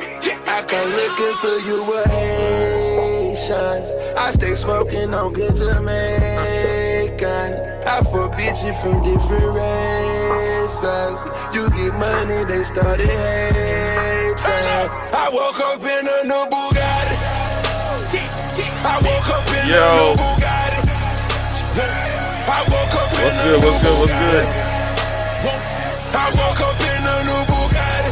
I come looking for you with Haitians. I stay smoking on good Jamaican. I forbid you from different races. You get money, they started hating. I woke up in a new Bugatti. I woke up in Yo. a new Bugatti. I woke up in What's a good? new What's good? What's Bugatti. good? I woke up in a new Bugatti.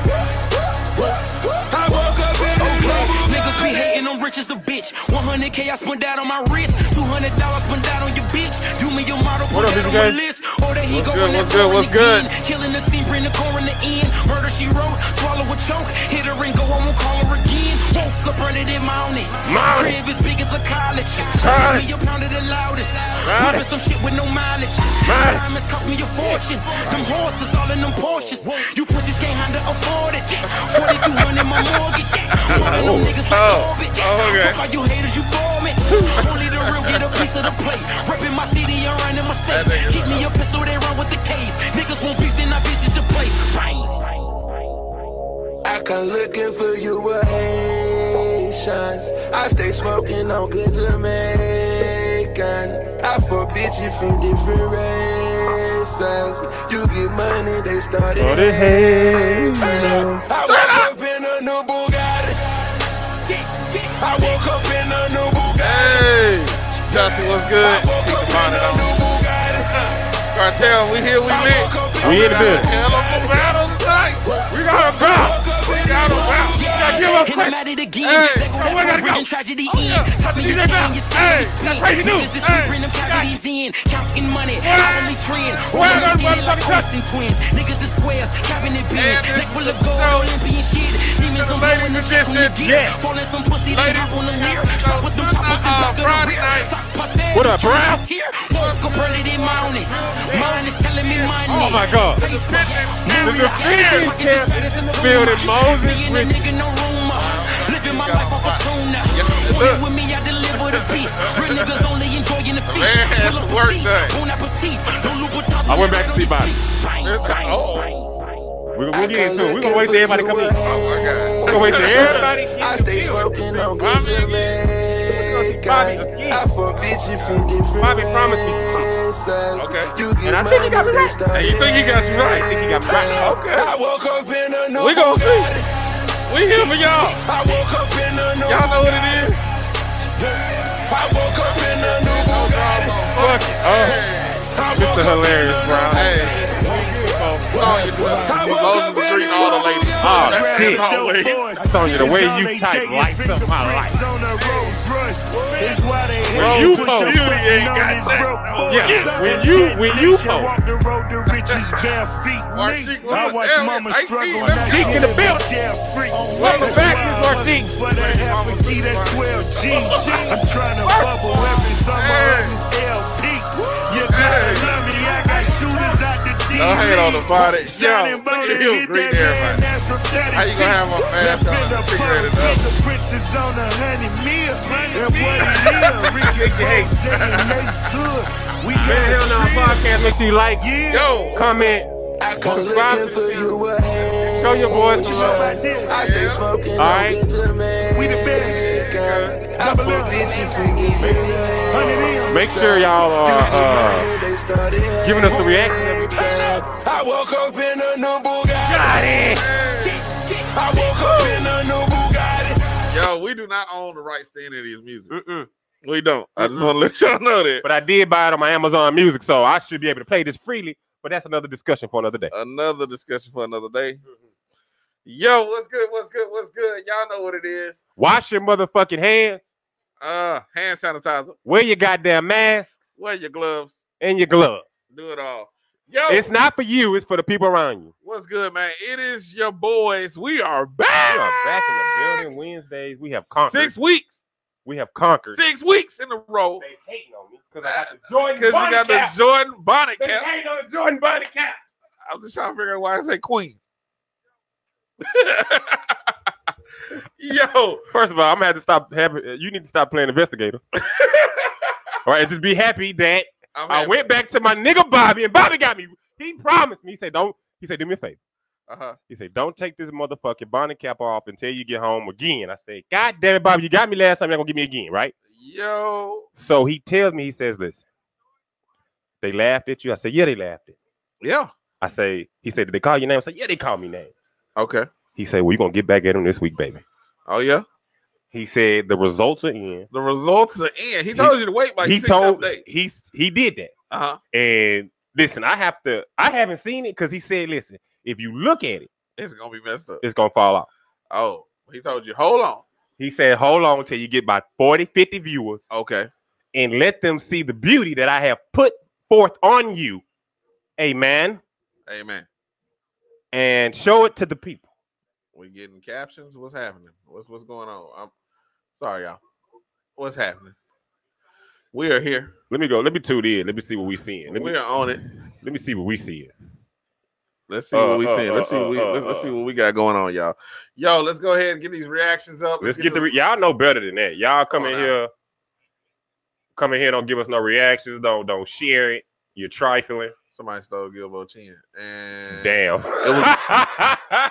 I woke up in a new Okay, Bugatti. niggas be hating, I'm rich as a bitch. 100k I spun that on my wrist. 200 dollars spun that on your bitch. Do me your model, What put up, that on nigga? my list. Or that he What's go good? in that What's good? foreign What's good? again. Killing the scene, bring the core in the end. Murder she wrote, swallow a choke. Hit her and go, I won't call her again. Woke up, running in mountain. Mount it. Crib as big as a college. Mount it. Give me a pound of the loudest. Mount Slipping it. some shit with no mileage. Mount it. Diamonds cost me a fortune. Them horses all in them Porsches. You pussies can't handle afford it. 4200 my mortgage. One of them niggas like Oh. Corbett. Oh, okay. Fuck all you haters, you bore me. Only the real get a piece of the plate. Reppin' my city, I'm running my state. That nigga's Keep me a pistol, they run with the case. Niggas won't beef, then I visit your place. Bang. I come looking for you with Haitians. I stay smoking on good Jamaican. I forbid you from different races. You get money, they started Started hating. Turn up. I woke up in a new Bugatti. I woke up in a new Bugatti. Hey, Justin, what's I good? woke Keep up the in bonnet a on. new Bugatti. Cartel, we here, we I lit. woke up in We in the building. Hell of a battle tonight. We got a battle. We got a battle. We got to give us And I'm credit. at it again. Hey, They go oh, where that gotta from go? prison tragedy Oh, in. yeah. Copy You your did that. chain, your skin Hey, is that's split. how you do it. Niggas this week Hey, bring them got cavities in. Counting money, Where? hourly trend. Where Rolling those skinny like motherfuckers at? Austin twins. Niggas the squares, cabinet bins. this Neck full of is gold, so- Olympian shit. Demons the I'm ladies blowing the edition. shit on your gear. Yeah. Falling some pussy, they Ladies hop on the edition. mirror. Shot with them Uh, choppers and uh, back of the Friday rear. night. Sock pussy, What up, the Brown? is here. Woke up early, they mounted. Mine is telling me my Oh, my God. The The defending champion. Building Moses Being a Richardson. nigga, no rumor. Living my life off a tuna. Yes, Want it look. with me, I deliver the beat. Real niggas only enjoying the feast. Man, Pull up the work seat. done. Bon appetit. No Louboutins I went when back to they see on your Bobby. seat. Bang, There's the- bang, oh. bang, bang. We're I gonna get come into it. We're gonna looking wait for till everybody you come with in. Oh, We're gonna wait till Haitians. everybody I gets in stay the building. smoking on good Bobby again. Bobby Jamaican. again. I forbid you from different Bobby promised me races. Okay. You get And I think he got me money, right. they Hey, you think he got you right? I think he got start hating. me. Okay. I woke up in a new We gonna see. Bugatti. We here for y'all. I woke up in a new Y'all know what it is. I woke up in a new Bugatti. Fuck it. Oh, I woke it's the up in a hilarious new Brown. Hey, put on your I woke Moses up in Green, a all new the ladies. Bugatti. Oh, That's shit. always- That's on you. The way you type lights up my life. Rolls When you you pull, pull, you ain't got that. Yeah, Yeah, when you- when you pull. walk the road to riches bare feet. Marcique Lewis, I watch Elliott, mama Ice-T, struggle. let's now go. she Deacon the a Belt. carefree. Welcome That's back, why Miss I hustle Marcique. For that half a key, that's 12 G's. I'm trying to bubble every summer. Hey. hundred LP. You gotta Hey. love me. I got shooters out the D. I hate on the body. Shining Yo, bone look at and Hugh hit Green, that man everybody. ass from 30 How you gonna have my man Left on in the refrigerated pub, up? fingerprints is on a honey meal. And what it is, Ricky Rose and Lace Hood. We Man, had a hell no trip. podcast. Make sure you like, Yeah. Yo, comment, I come Subscribe. looking for you with Haitians. show your boys some How love. about this? I stay smoking All on right. good Jamaican. We the best. I forbid you from different races. Make sure y'all are uh, They started giving us the reaction. hating. I woke up in a new Bugatti. I woke up in a new Bugatti. yo, we do not own the rights to any of these music. Mm-mm. We don't. I just want to let y'all know that. But I did buy it on my Amazon Music, so I should be able to play this freely. But that's another discussion for another day. Another discussion for another day. Yo, what's good? What's good? What's good? Y'all know what it is. Wash your motherfucking hands. Uh, hand sanitizer. Wear your goddamn mask Wear your gloves. and your gloves. Do it all. Yo, It's not for you. It's for the people around you. what's good, man? It is your boys. We are We back. are back in the building Wednesdays. We have conquered. Six weeks. We have conquered. Six weeks in a row. They hating on me because I got the Jordan Because you Bonnet got the cap. Jordan bonnet They cap. hating on the Jordan Bonnet cap. I'm just trying to figure out why I say queen. Yo, First of all, I'm gonna have to stop. Having, you need to stop playing investigator. all right, just be happy that I'm I happy. went back to my nigga Bobby, and Bobby got me. He promised me. He said, "Don't." He said, "Do me a favor. Uh-huh. He said, "Don't take this motherfucking bonnet cap off until you get home again." I said, "God damn it, Bob, you got me last time. You're gonna get me again, right?" Yo. So he tells me, he says, "Listen, they laughed at you." I said, "Yeah, they laughed at." you." Yeah. I say, "He said, did they call your name?" I said, "Yeah, they called me name." Okay. He said, "Well, you gonna get back at him this week, baby." Oh yeah. He said, "The results are in." The results are in. He told you to wait like he six told days. he he did that. Uh-huh. And listen, I have to. I haven't seen it because he said, "Listen, if you look at it, It's gonna be messed up. it's gonna fall off." Oh, he told you, hold on. He said, "Hold on till you get about 40, 50 viewers, Okay. and let them see the beauty that I have put forth on you, Amen, Amen. and show it to the people." We getting captions. What's happening? What's what's going on? I'm sorry, y'all. What's happening? We are here. Let me go. Let me tune in. Let me see what we seeing. Let me we are on it. let me see what we seeing. Let's see Uh, what we uh, seeing. Let's uh, see what we uh, let's, let's uh, see what we got going on, y'all. Yo, let's go ahead and get these reactions up. Let's get the this- re- y'all know better than that. Y'all come Come in on here, come in here. Don't give us no reactions. Don't don't share it. You're trifling. somebody stole Gilbo Chin. And Damn.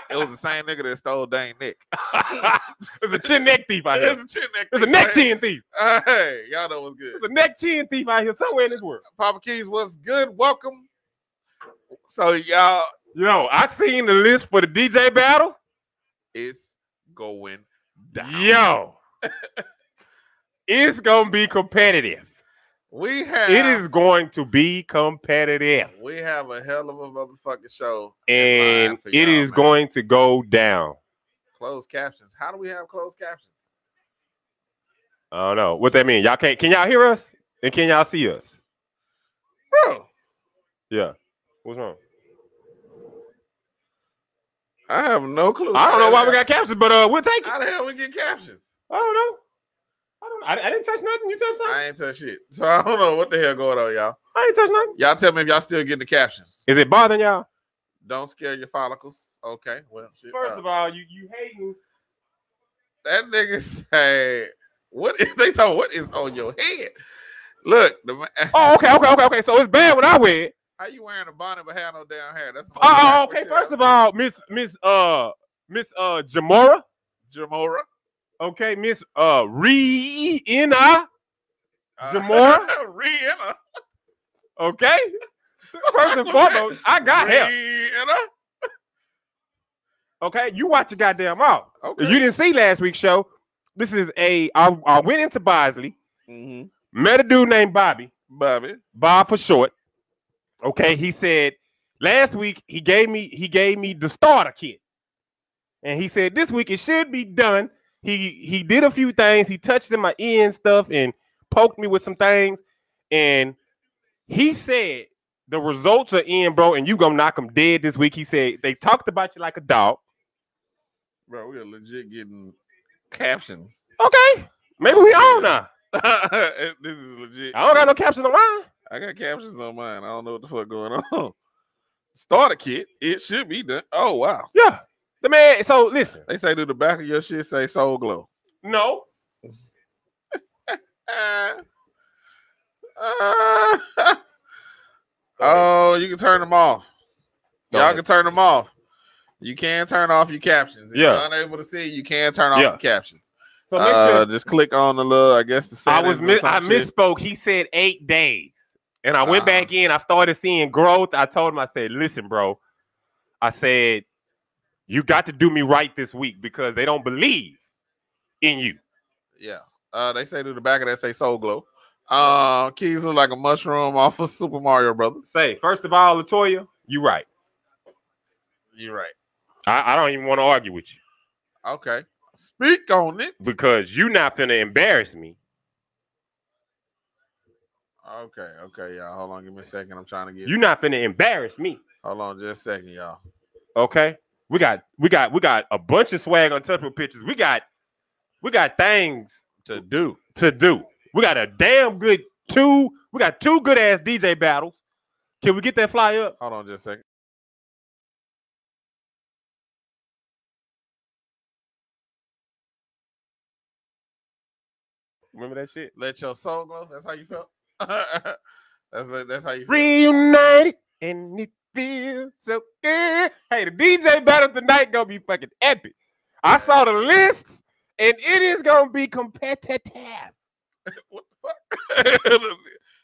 it was the same nigga that stole Dane Nick. it's a chin neck thief out It's here. a chin neck. It's a thing, neck man. chin thief. Hey, y'all know what's good. It's a neck chin thief out here somewhere in this world. Papa Keys, what's good? Welcome. So y'all, Yo, I seen the list for the DJ battle. it's going down. Yo, it's gonna be competitive. We have It is going to be competitive, we have a hell of a motherfucking show. and Lying for it y'all, is man. going to go down. Closed captions. How do we have closed captions? I don't know what that mean. Y'all can't. Can y'all hear us? And can y'all see us? Bro, Yeah. What's wrong? I have no clue. I don't know why we got captions, but uh, we'll take it. how the hell we get captions? I don't know. I don't. I, I didn't touch nothing. You touched something. I, I ain't touch shit. So I don't know what the hell going on, y'all. ain't touch nothing. Y'all tell me if y'all still getting the captions. Is it bothering y'all? Don't scare your follicles. Okay. Well shit. uh, First of all, you you hating. That nigga say, "What is they talking? What is on your head?" Look, the, ma- Oh, okay, okay, okay, okay. So it's bad when I wear it. how you wearing a bonnet but have no damn hair? That's Oh, okay. First of all, Miss Miss uh Miss uh Jamora. Jamora, Okay, Miss uh Re N I. Uh, Jamora? Rihanna, Okay. First and foremost, I got hair. Rihanna. Okay, you watch your goddamn mouth. Okay. If you didn't see last week's show, this is a I, I went into Bosley, Mhm. met a dude named Bobby, Bobby. Bob for short. Okay, he said last week he gave me he gave me the starter kit. And he said this week it should be done. He he did a few things, he touched in my ear and stuff and poked me with some things. And he said the results are in, bro, and you gonna knock them dead this week. He said they talked about you like a dog. Bro, we are legit getting captions. Okay. Maybe we all now. this is legit. I don't got no captions on mine. I got captions on mine. I don't know what the fuck going on. Starter kit. It should be done. Oh wow. Yeah. The man, so listen. They say to the back of your shit say soul glow. No. Uh, uh, oh, you can turn them off. Go Y'all ahead. can turn them off. You can turn off your captions. If Yeah. you're unable to see, you can turn off Yeah. your captions. So make Uh, sure just click on the little, I guess the I settings was or mi- some I shit. misspoke. He said eight days. And I went Uh-huh. back in. I started seeing growth. I told him, I said, listen, bro. I said, you got to do me right this week because they don't believe in you. Yeah. Uh, they say to the back of that say soul glow. Uh, keys look like a mushroom off of Super Mario Brothers. Say, first of all, Latoya, you right. You're right. I, I don't even want to argue with you Okay. Speak on it. because you not finna embarrass me. Okay, okay, y'all. Hold on, give me a second. I'm trying to get You not finna embarrass me. hold on just a second, y'all. Okay. We got we got we got a bunch of swag on touchable pictures. We got we got things To do. to do. We got a damn good two. We got two good ass DJ battles. Can we get that fly up? Hold on just a second. Remember that shit? Let your soul glow. That's how you felt. that's that's how you feel. Reunited and it feels so good. Hey, the DJ battle tonight gonna be fucking epic. I saw the list, and it is gonna be competitive. What the fuck?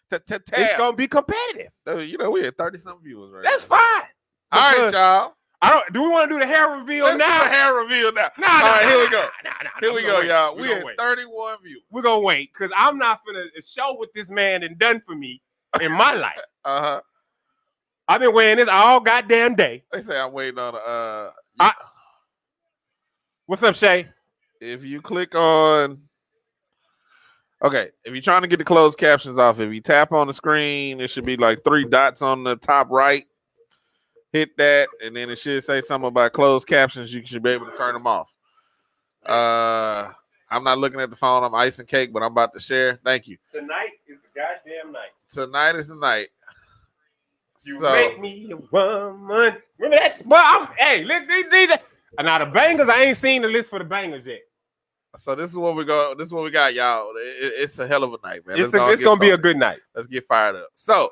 Ta- ta- It's tap. gonna be competitive. Uh, You know, we had 30 something viewers right That's now. fine. All right, because- y'all. I don't. Do we want to do the hair reveal Let's do now? a hair reveal now. Nah, All nah, right, nah, here we nah, go. nah, nah, nah, Here we we gonna go, wait. y'all. We We gonna at wait. 31 viewers. We're gonna wait because I'm not gonna show what this man done done for me in my life. Uh huh. I've been wearing this all goddamn day. They say I'm waiting on. Uh, What's up, Shay? if you click on. Okay, if you're trying to get the closed captions off, if you tap on the screen, it should be like three dots on the top right. Hit that, and then it should say something about closed captions. You should be able to turn them off. Uh, I'm not looking at the phone. I'm icing cake, but I'm about to share. Thank you. Tonight is the goddamn night. Tonight is the night. You So- make me a woman. Remember that's but I'm hey, look these these are- now the bangers. I ain't seen the list for the bangers yet. So this is what we go. This is what we got, y'all. It- it- it's a hell of a night, man. It's, Let's go a, and it's get gonna be a started. good night. Let's get fired up. So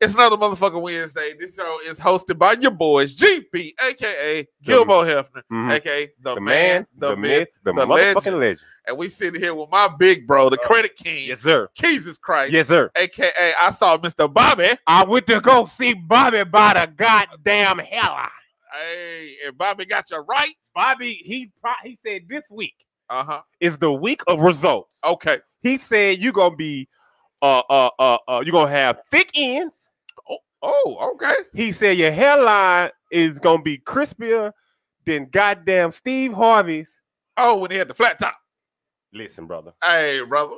it's another motherfucking Wednesday. This show is hosted by your boys GP, aka Gilbo Hefner, Mhm. aka the, The man, man, the, the myth, myth, the, the motherfucking legend. legend. and we sitting here with my big bro, the Credit King, Uh, Yes, sir. Jesus Christ, Yes, sir. aka I saw Mr. Bobby. I went to go see Bobby by the goddamn hell. Hey, and Bobby got you right. Bobby, he pro- he said this week Uh huh. is the week of results. Okay. He said you're gonna be uh uh uh, uh you're gonna have thick ends. Oh, okay. He said your hairline is gonna be crispier than goddamn Steve Harvey's. Oh, when he had the flat top. Listen, brother. Hey, brother.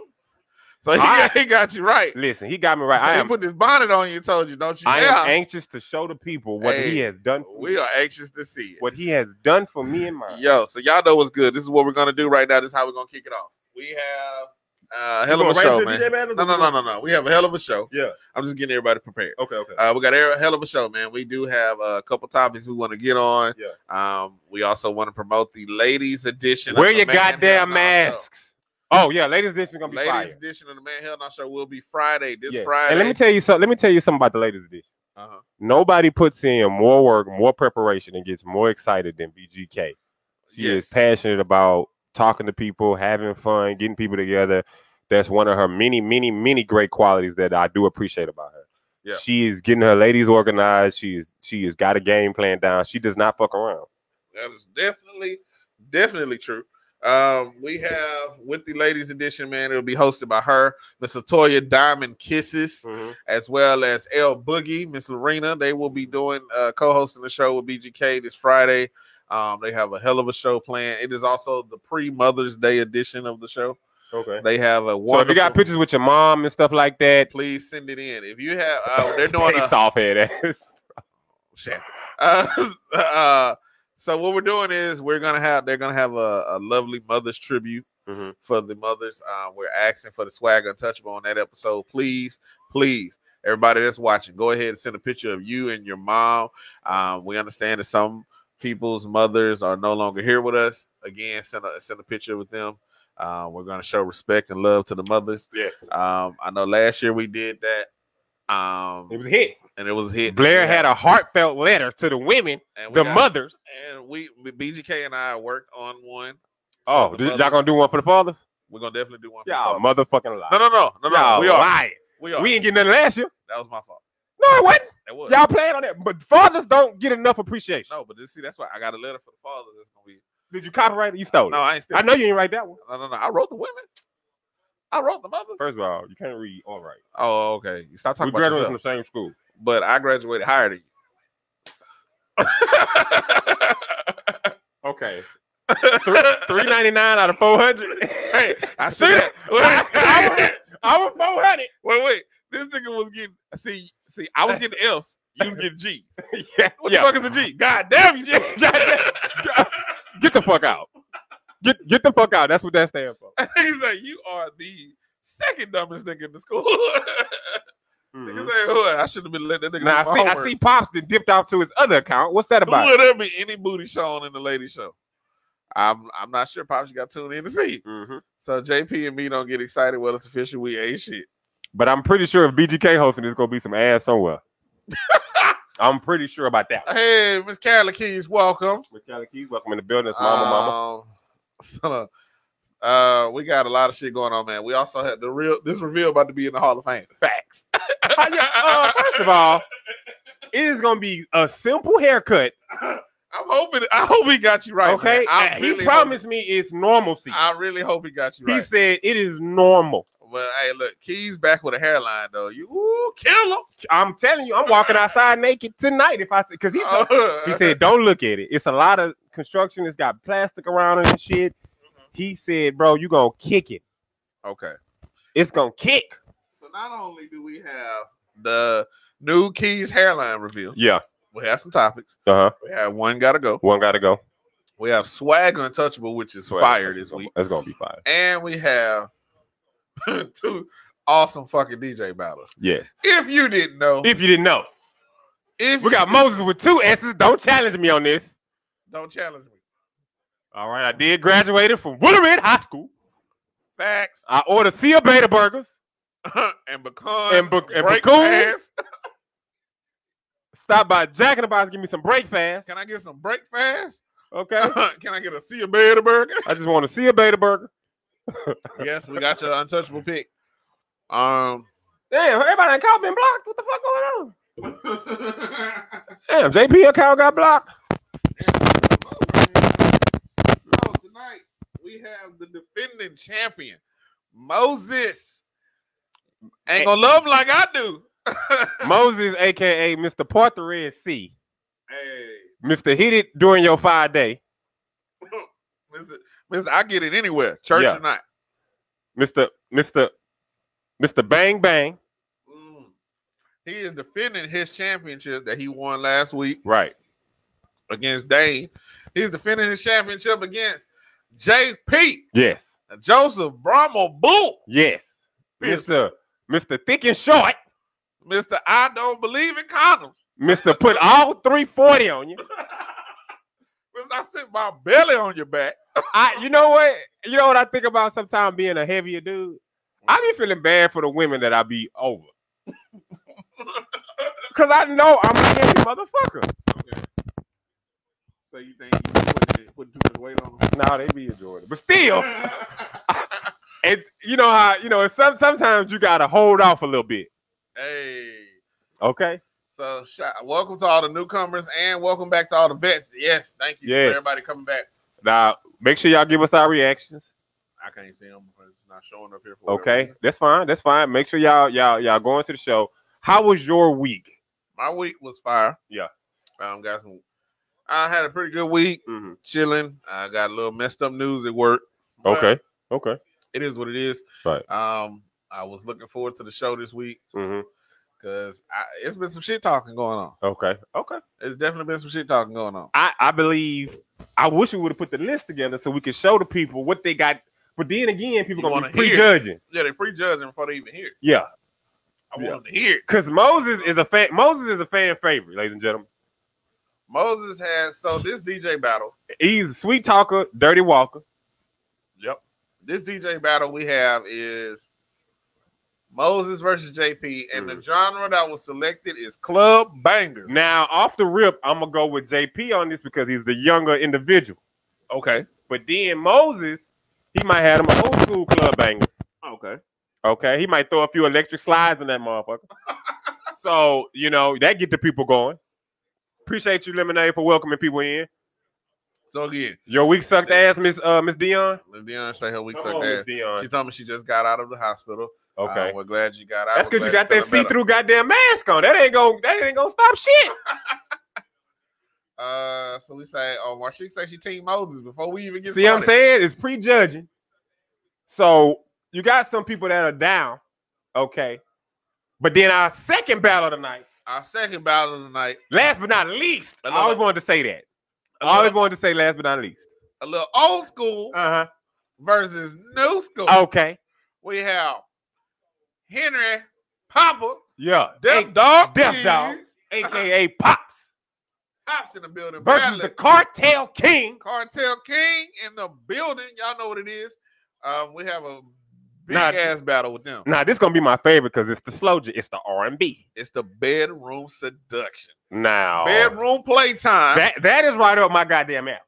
So he, Alright. he got you right. Listen, he got me right. So I he am put this bonnet on you and told you, don't you? I dare. am anxious to show the people what he Hey, has done for we me, are anxious to see it. what he has done for me and mine. Yo, so y'all know what's good. This is what we're gonna do right now. This is how we're gonna kick it off. We have uh hell of a show, man. No, no, no, no, no. We have a hell of a show. Yeah. I'm just getting everybody prepared. Okay, okay. Uh, we got a hell of a show, man. We do have uh, a couple topics we want to get on. Yeah. Um, we also want to promote the ladies edition. of Wear the your Man goddamn Hell Nah Show. masks. Oh yeah, ladies, this is gonna be Ladies fire. edition of the Man Hell Now Show will be Friday. This Yeah. Friday. And let me tell you something. Let me tell you something about the ladies edition. uh-huh. Nobody puts in more work, more preparation, and gets more excited than BGK. She Yes. is passionate about talking to people, having fun, getting people together. That's one of her many, many, many great qualities that I do appreciate about her. Yeah. She is getting her ladies organized. She is she has got a game plan down. She does not fuck around. That is definitely, definitely true. Um, we have with the ladies edition, man. It'll be hosted by her, Miss Latoya Diamond Kisses, as well as L Boogie, Miss Lorena. They will be doing uh, co-hosting the show with BGK this Friday. Um, they have a hell of a show planned. It is also the pre-Mother's Day edition of the show. Okay. They have a So if wonderful. you got pictures with your mom and stuff like that, please send it in. If you have, uh, they're doing stay a soft head ass. Shit. Uh, uh, so what we're doing is we're gonna have they're gonna have a, a lovely mothers tribute Mhm. for the mothers. Um, we're asking for the swag untouchable on that episode. Please, please, everybody that's watching, go ahead and send a picture of you and your mom. Um, we understand that some people's mothers are no longer here with us. Again, send a send a picture with them. Uh, we're gonna show respect and love to the mothers. Yes. Um, I know last year we did that. Um, It was a hit. and it was a hit. Blair had a heartfelt letter to the women, And we the got- mothers. and we we- BGK and I worked on one. Oh, the y'all mothers. gonna do one for the fathers? We're gonna definitely do one. for Y'all fathers. motherfucking lie. No, no, no, no, no. Y'all we are. lying. We are. We ain't getting nothing last year. that was my fault. No, it wasn't. That was. Y'all playing on that. But fathers don't get enough appreciation. No, but just, see, that's why I got a letter for the fathers. That's gonna be. Did you copyright it? You stole it. No, I ain't. Still, Oh, I know you ain't write that one. No, no, no. I wrote the women. I wrote the mothers. First of all, you can't read all right. Oh, okay. You stop we talking about graduated yourself. from the same school. But I graduated higher than Okay. you. Three ninety nine out of four hundred. hey, I See should. that? I, was, I was four hundred. wait, wait. This nigga was getting. See, see, I was getting F's. You was getting G's. Yeah. What yeah. the fuck is a G? God damn you! God damn. Get the fuck out. Get get the fuck out. That's what that stands for. He's like, you are the second dumbest nigga in the school. Nigga Mhm. say, "Oh, I should have been let that nigga. Now I see I see Pops that dipped off to his other account. What's that about? Will there be any booty shown in the lady show? I'm I'm not sure. Pops, you got tuned in to see. Mm-hmm. So JP and me don't get excited. Well, it's official. We ain't shit. But I'm pretty sure if BGK hosting, there's gonna be some ass somewhere. I'm pretty sure about that. Hey, Miss Carla Keys, welcome. Miss Kelly Keys, welcome in the building. It's Mama Mama. mama. uh, we got a lot of shit going on, man. We also had the real this reveal about to be in the Hall of Fame. Facts. How you- uh, first of all, it is gonna be a simple haircut. I'm hoping. I hope he got you right. okay, man. I And really he hope- promised me it's normalcy. I really hope he got you He right. said it is normal. Well, hey, look, Keys back with a hairline though. You ooh, kill him. I'm telling you, I'm walking outside naked tonight. If I because he told- he said don't look at it. It's a lot of construction. It's got plastic around it and shit. He said, bro, you gonna kick it. okay. It's gonna kick. So not only do we have the new Keys hairline reveal, Yeah. we have some topics. Uh huh. We have one gotta go. One gotta go. We have swag untouchable, which is fire this week, That's gonna be fire. and we have two awesome fucking DJ battles. Yes. If you didn't know, If you didn't know, if we got Moses with two S's. Don't challenge me on this. don't challenge me. All right, I did graduated from Woodland High School. Facts I ordered Cia Beta burgers, and become And bec- and become- stopped by Jack in the Box, give me some breakfast. Can I get some break fast? Okay, Can I get a see a bed burger? I just want to see a Beta burger. yes, we got your untouchable pick. Um, Damn, everybody in Kyle been blocked. What the fuck going on? Damn, JP account got blocked. so tonight we have the defending champion, Moses. Ain't gonna love him like I do. Moses, aka Mr. Part the Red Sea, hey, Mr. Hit It during your five day, listen, listen, I get it anywhere, church Yeah. or not. Mr. Mr. Mr. Bang Bang. Mm. He is defending his championship that he won last week Right. against Dane. He's defending his championship against JP Yes. Joseph Bromo Boo. Yes. Yes. Mr. Mr. Thick and Short. Mr. I don't believe in condoms. Mr. Put all 340 on you. Mr. I sit my belly on your back. I you know what? You know what I think about sometimes being a heavier dude? I be feeling bad for the women that I be over. Cause I know I'm a heavy motherfucker. So you think you put, put too much weight on them? Now they be enjoying it. But still, and you know how you know it's some sometimes you gotta hold off a little bit. hey. Okay. So shout, welcome to all the newcomers and welcome back to all the vets. Yes, thank you Yes. for everybody coming back. Now make sure y'all give us our reactions. I can't see them because it's not showing up here for whatever Okay. reason. That's fine. That's fine. Make sure y'all y'all y'all going to the show. How was your week? My week was fire. Yeah. Um, got some I had a pretty good week, Mm-hmm. chilling. I got a little messed up news at work. but Okay. Okay. It is what it is. Right. Um, I was looking forward to the show this week hmm because it's been some shit talking going on. Okay. Okay. It's definitely been some shit talking going on. I, I believe I wish we would have put the list together so we could show the people what they got. But then again, people You gonna be wanna hear it. prejudging. Yeah, they prejudging before they even hear. it. Yeah, I Yeah. want them to hear. it. because Moses is a fan. Moses is a fan favorite, ladies and gentlemen. Moses has so this DJ battle. He's a sweet talker, dirty walker. Yep. This DJ battle we have is Moses versus JP, and Mm. the genre that was selected is club bangers. Now, off the rip, I'm gonna go with JP on this because he's the younger individual. Okay. But then Moses, he might have them old school club bangers. Okay. Okay, he might throw a few electric slides in that motherfucker. so you know that get the people going. Appreciate you, Lemonade, for welcoming people in. So again, Your week sucked ass, Miss uh, Miss Dion. Livion say her week Come sucked on, Miss ass. Dion. She told me she just got out of the hospital. Okay, Uh, we're glad you got out. that's We're because you glad got that feeling see better. through goddamn mask on. That ain't gonna that ain't gonna stop shit. Uh, so we say, oh, Marsha say she team Moses before we even get. see what I'm started. saying? It's prejudging. So you got some people that are down. Okay, but then our second battle tonight. Our second battle of the night, Last but not least, I Another- always wanted to say that. I always wanted to say last but not least. a little old school Uh versus new school. huh. Okay. We have Henry Papa, Yeah. Death A- Dog, Deaf Keys, Dog. AKA Pops Pops in the building, versus the Bradley, Cartel King. Cartel King in the building. Y'all know what it is. Um, we have a big Nah. ass battle with them. Nah, this gonna be my favorite because it's the slow. j- It's the R and B. It's the bedroom seduction, Now bedroom playtime. that that is right up my goddamn app.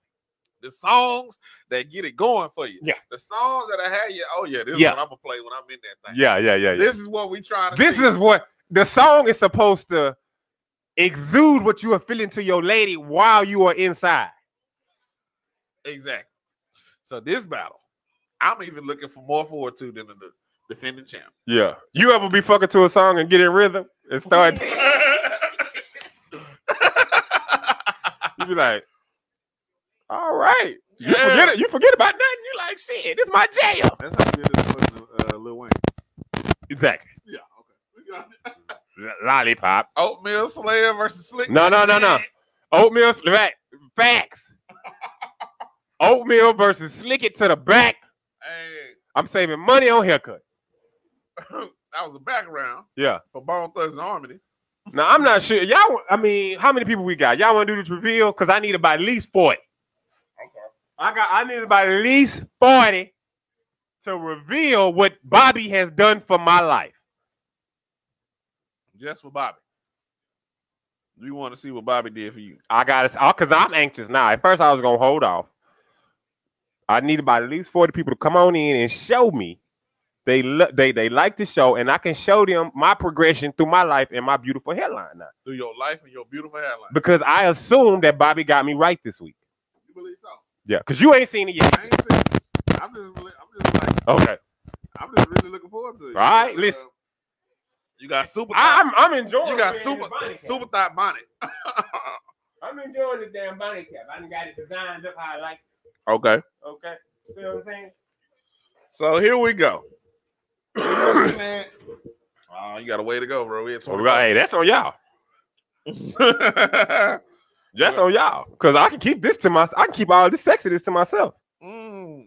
the songs that get it going for you. Yeah. The songs that I had you. Oh yeah, this Yeah. is what I'm gonna play when I'm in that thing. Yeah, yeah, yeah. This is what we trying to. This see. is what the song is supposed to exude what you are feeling to your lady while you are inside. exactly. So this battle, I'm even looking for more forward to than the, the defending champ. Yeah. You ever be fucking to a song and get in rhythm and start you be like, all right. You Yeah. forget it. You forget about nothing. You like shit. This my jam. That's how good it was, uh, Lil Wayne. Exactly. Yeah. Okay. We got it. Lollipop. Oatmeal Slayer versus Slick. No, no, no, no. Oatmeal back. Facts. Oatmeal versus slick it to the back. Hey, I'm saving money on haircut. that was a background Yeah. for Bone Thugs and Harmony. Now I'm not sure. Y'all, I mean, how many people we got? Y'all want to do this reveal? Cause I need about at least forty. I got. I need about at least forty to reveal what Bobby has done for my life. Just for Bobby. You want to see what Bobby did for you? I got to, cause I'm anxious now. At first, I was gonna hold off. I need about at least forty people to come on in and show me they lo- they they like the show, and I can show them my progression through my life and my beautiful hairline now. Through your life and your beautiful hairline. Because I assume that Bobby got me right this week. You believe so? Yeah, cause you ain't seen it yet. I ain't seen it. I'm just, really- I'm just like, Okay, I'm just really looking forward to it. All right, listen. You got super. I, I'm I'm enjoying. you got wearing super this bonnet cap. super thought bonnet. I'm enjoying this damn bonnet cap. I done got it designed up how I like. okay, It. Okay, you know what I'm saying? so here we go. oh, you got a way to go, bro. We at All 20. right, hey, that's on y'all. That's on y'all. Cause I can keep this to my. I can keep all this sexiness to myself. mm.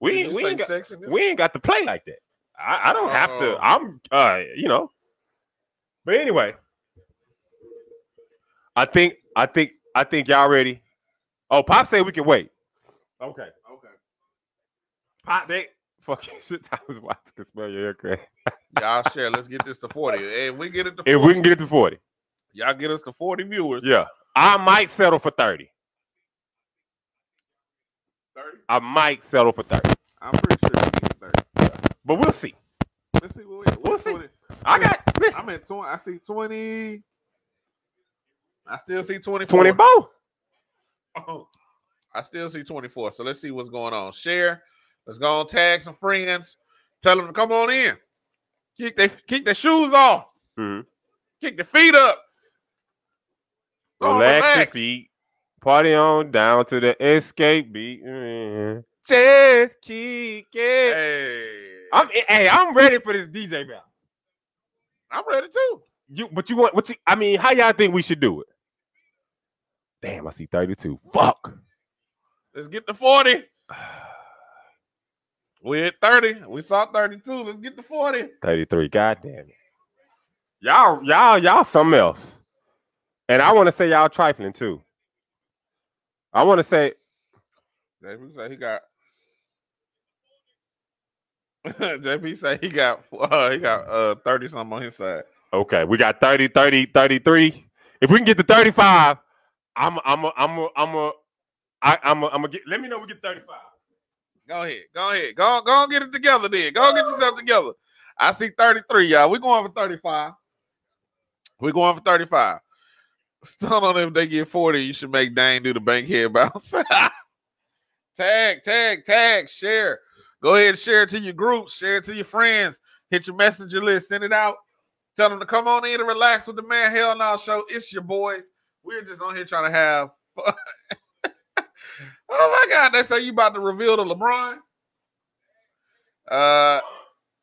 We Did you we say ain't got, sex in this? Oh. we ain't got to play like that. I, I don't have Uh-oh. to. I'm uh you know. But anyway, I think I think I think y'all ready. Oh, Pop said we can wait. Okay. Okay. Pop they fucking shit. I was watching I could smell your haircut. Y'all share. Let's get this to 40. Hey, we get it to 40. If we can get it to 40. Y'all get us to 40 viewers. Yeah. I might settle for 30. 30. I might settle for 30. I'm pretty sure we get 30. But we'll see. Let's see what we We'll what's see. 20. I got listen, I'm at 20. I see 20. I still see 24. 20 bow. I still see 24. So let's see what's going on. Share. Let's go on, tag some friends. Tell them to come on in. Kick their kick their shoes off. Mhm. Kick their feet up. Go on, Relax, your relax. feet. Party on down to the escape beat. Mm. Just kick it. Hey, I'm hey, I'm ready for this DJ battle. I'm ready too. You but you want what you I mean, how y'all think we should do it? Damn, I see 32. Fuck. Let's get to 40. We're at 30. We saw 32. Let's get to 40. 33. God damn it. Y'all, y'all, y'all something else. And I want to say y'all trifling too. I want to say, JP said he got. JP said he got uh, he got uh thirty something on his side. okay, we got 30, 30, 33. If we can get to 35, I'm I'm a, I'm a, I'm a, I, I'm a, I'm a get, let me know we get 35. Go ahead, go ahead, go on, go on, get it together then. Go on, get yourself together. I see thirty three, y'all. We going for thirty five. We going for thirty five. Stun on them. If they get forty, you should make Dane do the bank head bounce. tag, tag, tag. Share. Go ahead, and share it to your groups. Share it to your friends. Hit your messenger list. Send it out. Tell them to come on in and relax with the man. Hell no show. It's your boys. We're just on here trying to have. fun. oh my God! They say you about to reveal the LeBron. Uh,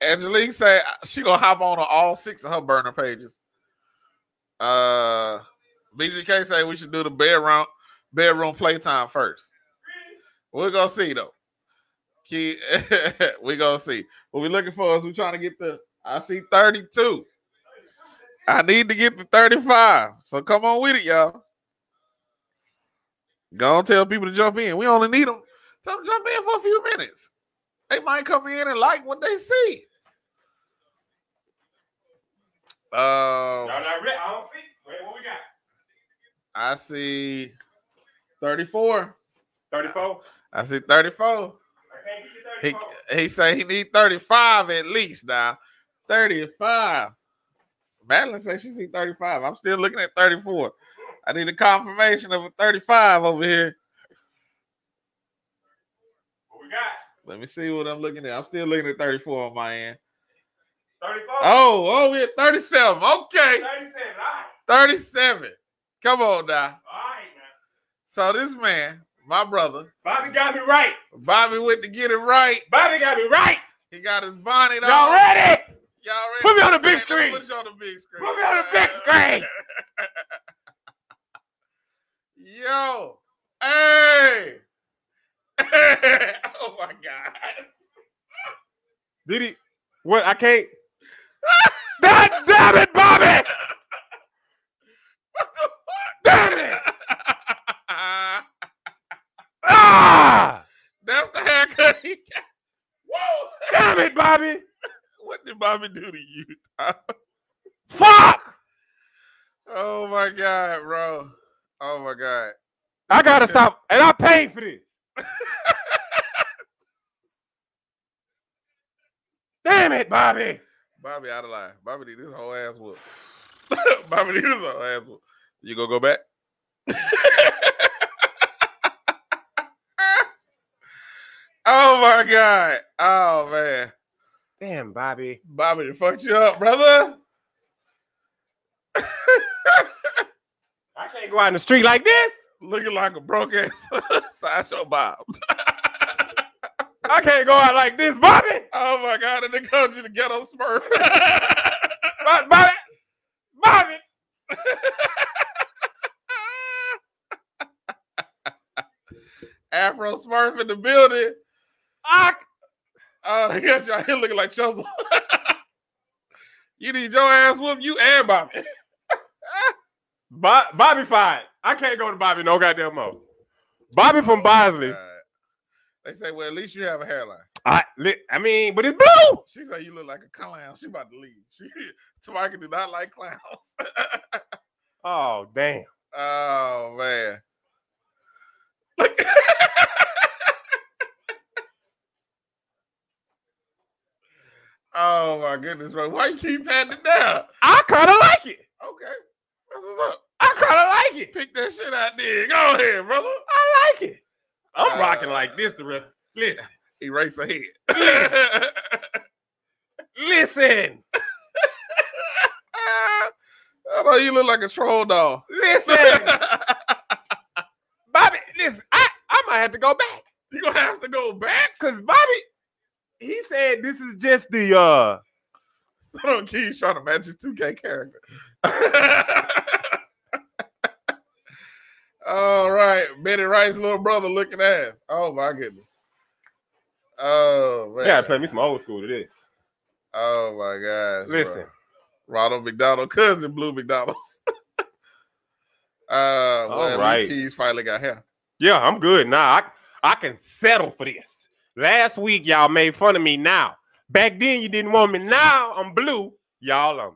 Angelique say she gonna hop on, all six of her burner pages. Uh, BGK say we should do the bedroom bedroom playtime first. We're gonna see though. Key, we gonna see. What we looking for is we trying to get the. I see thirty two. I need to get to thirty five. So come on with it, y'all. Go on, tell people to jump in. We only need them. Tell them to jump in for a few minutes. They might come in and like what they see. Um, not ready. I don't think. Wait, what we got? I see 34. 34? I see 34. I He he say he need 35 at least now. 35. Madeline say she see 35. I'm still looking at 34. I need a confirmation of a 35 over here. What we got? Let me see what I'm looking at. I'm still looking at 34 on my end. 34? Oh, oh, we at 37. Okay. 37. All right. 37. Come on now. All right, man. So this man, my brother, Bobby got me right. Bobby went to get it right. Bobby got me right. He got his bonnet on. Y'all ready? Y'all ready? Put me on the big Man, let's screen. Put you on the big screen. Put me on the big screen. Yo, hey, oh my god, Did he? What? I can't. God damn it, Bobby! what the Damn it! fuck? Ah! That's the haircut he got. Whoa, Damn it, Bobby! what did Bobby do to you? Fuck! Oh my god, bro. Oh my god. I gotta stop, and I paid for this. Damn it, Bobby! Bobby out of line. Bobby did this whole ass whoop. Bobby did this whole ass whoop. You gonna go back? oh my god. Oh man. Damn, Bobby! Bobby done fucked you up, brother. I can't go out in the street like this. Looking like a broke ass sideshow Bob. I can't go out like this, Bobby! Oh my god, and then comes you the ghetto smurf. Bo- Bobby! Bobby! Afro smurf in the building. I, Oh, they got you out here looking like Chuzzle. you need your ass whooped, you and Bobby. Bo- Bobby fired. I can't go to Bobby no goddamn more. Bobby from Bosley. God. They say, well, at least you have a hairline. I, li- I mean, but it's blue. She said, you look like a clown. She about to leave. She, Tamika do not like clowns. Oh damn! oh, man. Look. oh, my goodness, bro. Why you keep patting it down? I kind of like it. Okay. That's what's up. I kind of like it. Pick that shit out there. Go ahead, brother. I like it. I'm Uh, rocking like this. The rest. Listen, Erase her head. listen, I know you look like a troll doll. listen, you Bobby. Listen, I, I might have to go back gonna have to go back. because Bobby, he said this is just the uh. So don't keep trying to match his 2K character. All right, Betty Rice's little brother looking ass. Oh my goodness. Oh man. Yeah, play me some old school to this. Oh my gosh. bro. Listen, Ronald McDonald cousin Blue McDonald's. uh well, at least right. Keys finally got hair. yeah, I'm good now. I, I can settle for this. Last week y'all made fun of me. Now, back then you didn't want me. Now I'm blue. Y'all um, on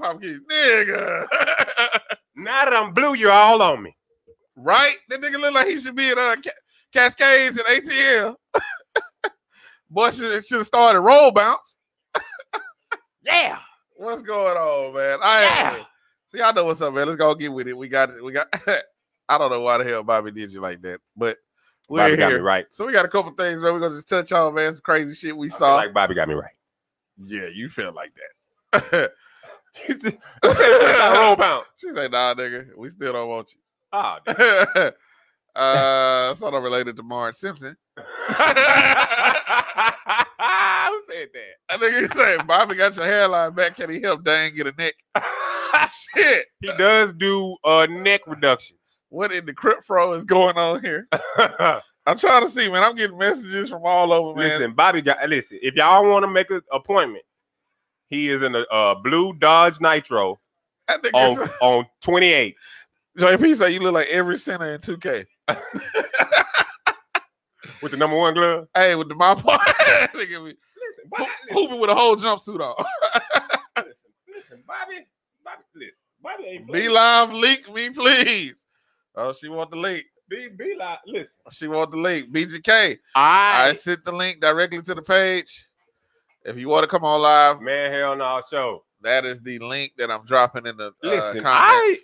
Pop Keys, nigga. Now that I'm blue, you're all on me. Right? That nigga look like he should be in uh, Ca- Cascades and ATL. Boy, should should have started roll bounce. Yeah. What's going on, man? I Yeah. see. I know what's up, man. Let's go get with it. We got it. We got. I don't know why the hell Bobby did you like that, but we're Bobby got me here. right. So we got a couple things, man. We're gonna just touch on, man. Some crazy shit we I feel saw. like Bobby got me right. yeah, you feel like that. Who said it's not roll bounce? she say, "Nah, nigga, we still don't want you." Oh, damn. uh, sort of related to Marge Simpson. Who said I think he said, Bobby got your hairline back. Can he help Dang get a neck? that? Shit. he does do uh, neck reductions. What in the crypt fro is going on here? I'm trying to see, man. I'm getting messages from all over, man. listen, Bobby got listen. If y'all want to make an appointment, he is in a uh, blue Dodge Nitro I think on it's- on 28. JP said you look like every center in 2K. with the number one glove. Hey, with the my part, nigga, we- hooping with a whole jumpsuit on. listen, listen, Bobby, Bobby, listen, Bobby ain't Be live, leak me, please. Oh, she want the link. Be, be like, listen. She want the link. BGK. I I, sent the link directly to the page. If you want to come on live, man, hell no, show. that is the link that I'm dropping in the uh, Listen, comments.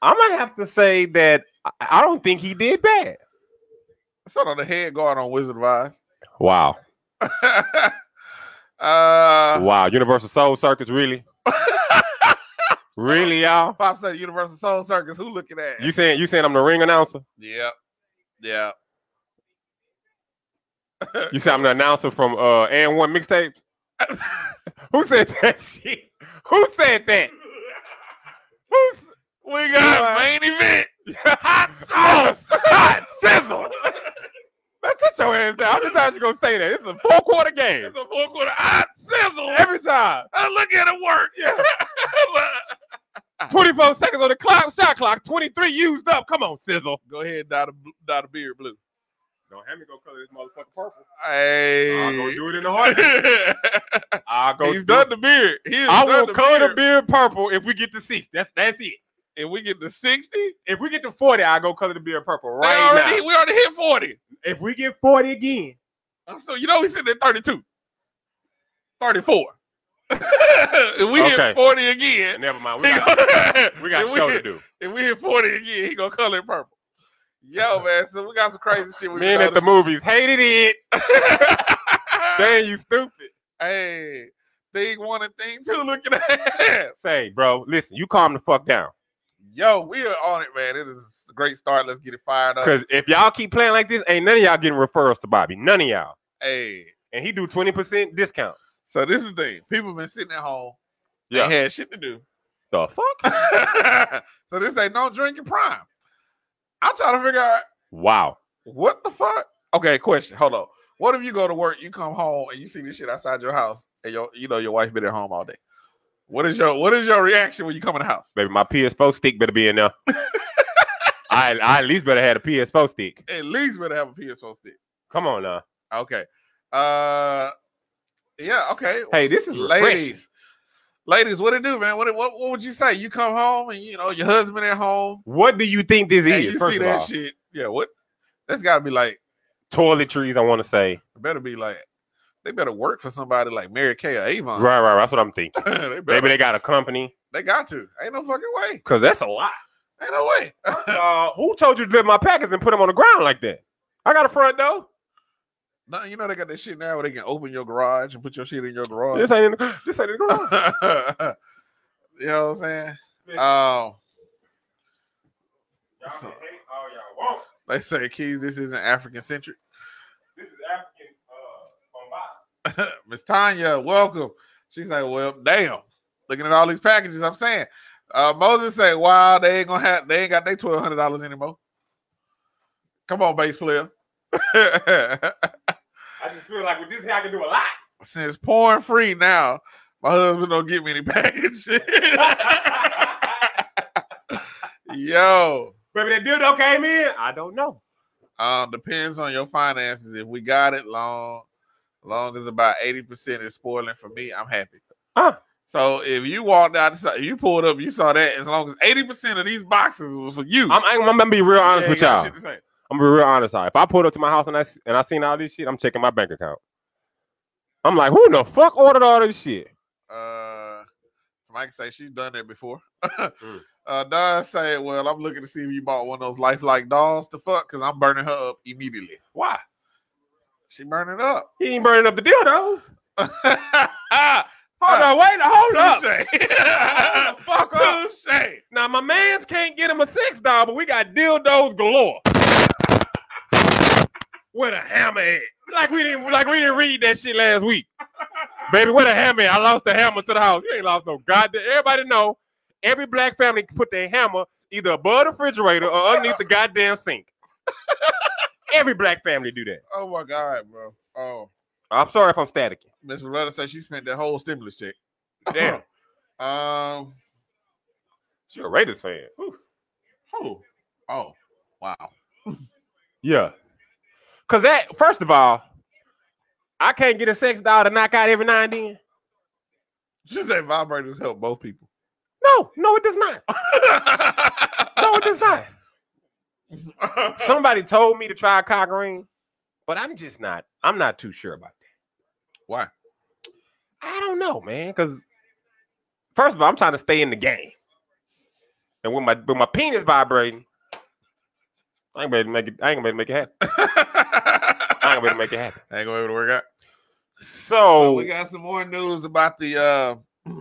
I'm gonna have to say that I, I don't think he did bad. It's not on the head guard on Wizard of Oz. Wow, uh, wow, Universal Soul Circus, really, really, y'all. Pop said Universal Soul Circus. Who looking at? You saying you saying I'm the ring announcer? Yep. Yep. You said I'm the announcer from uh and one mixtapes? Who said that shit? Who said that? Who's We got What? main event. hot sauce? Hot sizzle. Man, sit your hands down. How many times you gonna say that? It's a four quarter game. It's a four quarter hot sizzle. Every time. I look at it work. Yeah. 24 seconds on the clock, shot clock, 23 used up. Come on, sizzle. Go ahead, dot a, dot a beer blue. Don't have me go color this motherfucker purple. I'm gonna Hey. do it in the heart. I'll go He's do- done the beard. He has I done will the color the beard. beard purple if we get to six. That's that's it. If we get to 60, If we get to 40, I'll go color the beard purple they right now. already, we already hit 40. If we get 40 again, I'm So you know we sitting at 32. 34. if we Okay. hit 40 again, never mind. We he got, gonna- we got if show to hit, do. If we hit 40 again, he gonna color it purple. Yo, man, so we got some crazy shit. We Men at the movies hated it. Dang, you stupid. hey, thing one and thing two, look at that. Say, bro, listen, you calm the fuck down. Yo, we are on it, man. It is a great start. Let's get it fired up. Because if y'all keep playing like this, ain't none of y'all getting referrals to Bobby. None of y'all. Hey, And he do 20% discount. so this is the thing. People been sitting at home. Yeah. They had shit to do. The fuck? so this ain't no drinking prime. I'm trying to figure out Wow. what the fuck. Okay, question. Hold on. What if you go to work, you come home, and you see this shit outside your house, and your you know your wife been at home all day? What is your what is your reaction when you come in the house? Baby, my PS4 stick better be in there. I, I at least better had a PS4 stick. At least better have a PS4 stick. Come on now. Okay. Uh yeah, okay. Hey, this is refreshing. ladies. Ladies, what it do, man? What, it- what what would you say? You come home and you know your husband at home What do you think this and is? you First see of that all, shit. Yeah, what? That's got to be like toiletries, I want to say. it better be like they better work for somebody like Mary Kay or Avon. Right, right, right. That's what I'm thinking. they, better, Maybe they got a company. they got to. Ain't no fucking way. Because that's a lot. Ain't no way. uh, who told you to lift my packets and put them on the ground like that? I got a front door. no, you know they got that shit now where they can open your garage and put your shit in your garage. This ain't in the, this ain't in the you ground. know what I'm saying? Um, Y'all can hate all y'all want. they say keys. This isn't African centric. This is African uh, Miss Tanya, welcome. She's like, well, damn. Looking at all these packages, I'm saying. Uh, Moses say, wow, they ain't gonna have, they ain't got their twelve hundred dollars anymore. Come on, bass player. I just feel like with this, I can do a lot. Since porn free now, my husband don't get me any packages. Yo, Maybe that dildo came in. I don't know. um, depends on your finances. If we got it long, long as about eighty percent is spoiling for me, I'm happy. Huh. So if you walked out, if you pulled up, you saw that. As long as eighty percent of these boxes was for you, I'm, I'm, I'm gonna be real honest Yeah, with you got y'all. shit to say. I'm gonna be real honest. Y'all. If I pulled up to my house and I s- and I seen all this shit, I'm checking my bank account. I'm like, who the fuck ordered all this shit? Uh, somebody can say she's done that before. Mm. Uh, Don said, "Well, I'm looking to see if you bought one of those lifelike dolls to fuck, cause I'm burning her up immediately. Why? She burning up. He ain't burning up the dildos. Hold Huh. on, wait, hold up. Touche. Fuck up. Touche. Now my man's can't get him a sex doll, but we got dildos galore. With a hammer at. Like we didn't like we didn't read that shit last week. Baby, what a hammer. at. I lost the hammer to the house. You ain't lost no goddamn everybody know every black family can put their hammer either above the refrigerator or underneath the goddamn sink. every black family do that. Oh my god, bro. Oh, I'm sorry if I'm static. Miss Loretta said she spent that whole stimulus check. Damn. Um. She a Raiders fan. Oh. Oh. Wow. Yeah. Cause that first of all, I can't get a sex doll to knock out every now and then. She said vibrators help both people. No, no, it does not. No, it does not. Somebody told me to try a cock ring, but I'm just not. I'm not too sure about that. Why? I don't know, man. Because first of all, I'm trying to stay in the game, and when my when my penis vibrating, I ain't ready to make it. I ain't gonna make it happen. I ain't gonna make it happen. Ain't gonna be able to work out. So So we got some more news about the uh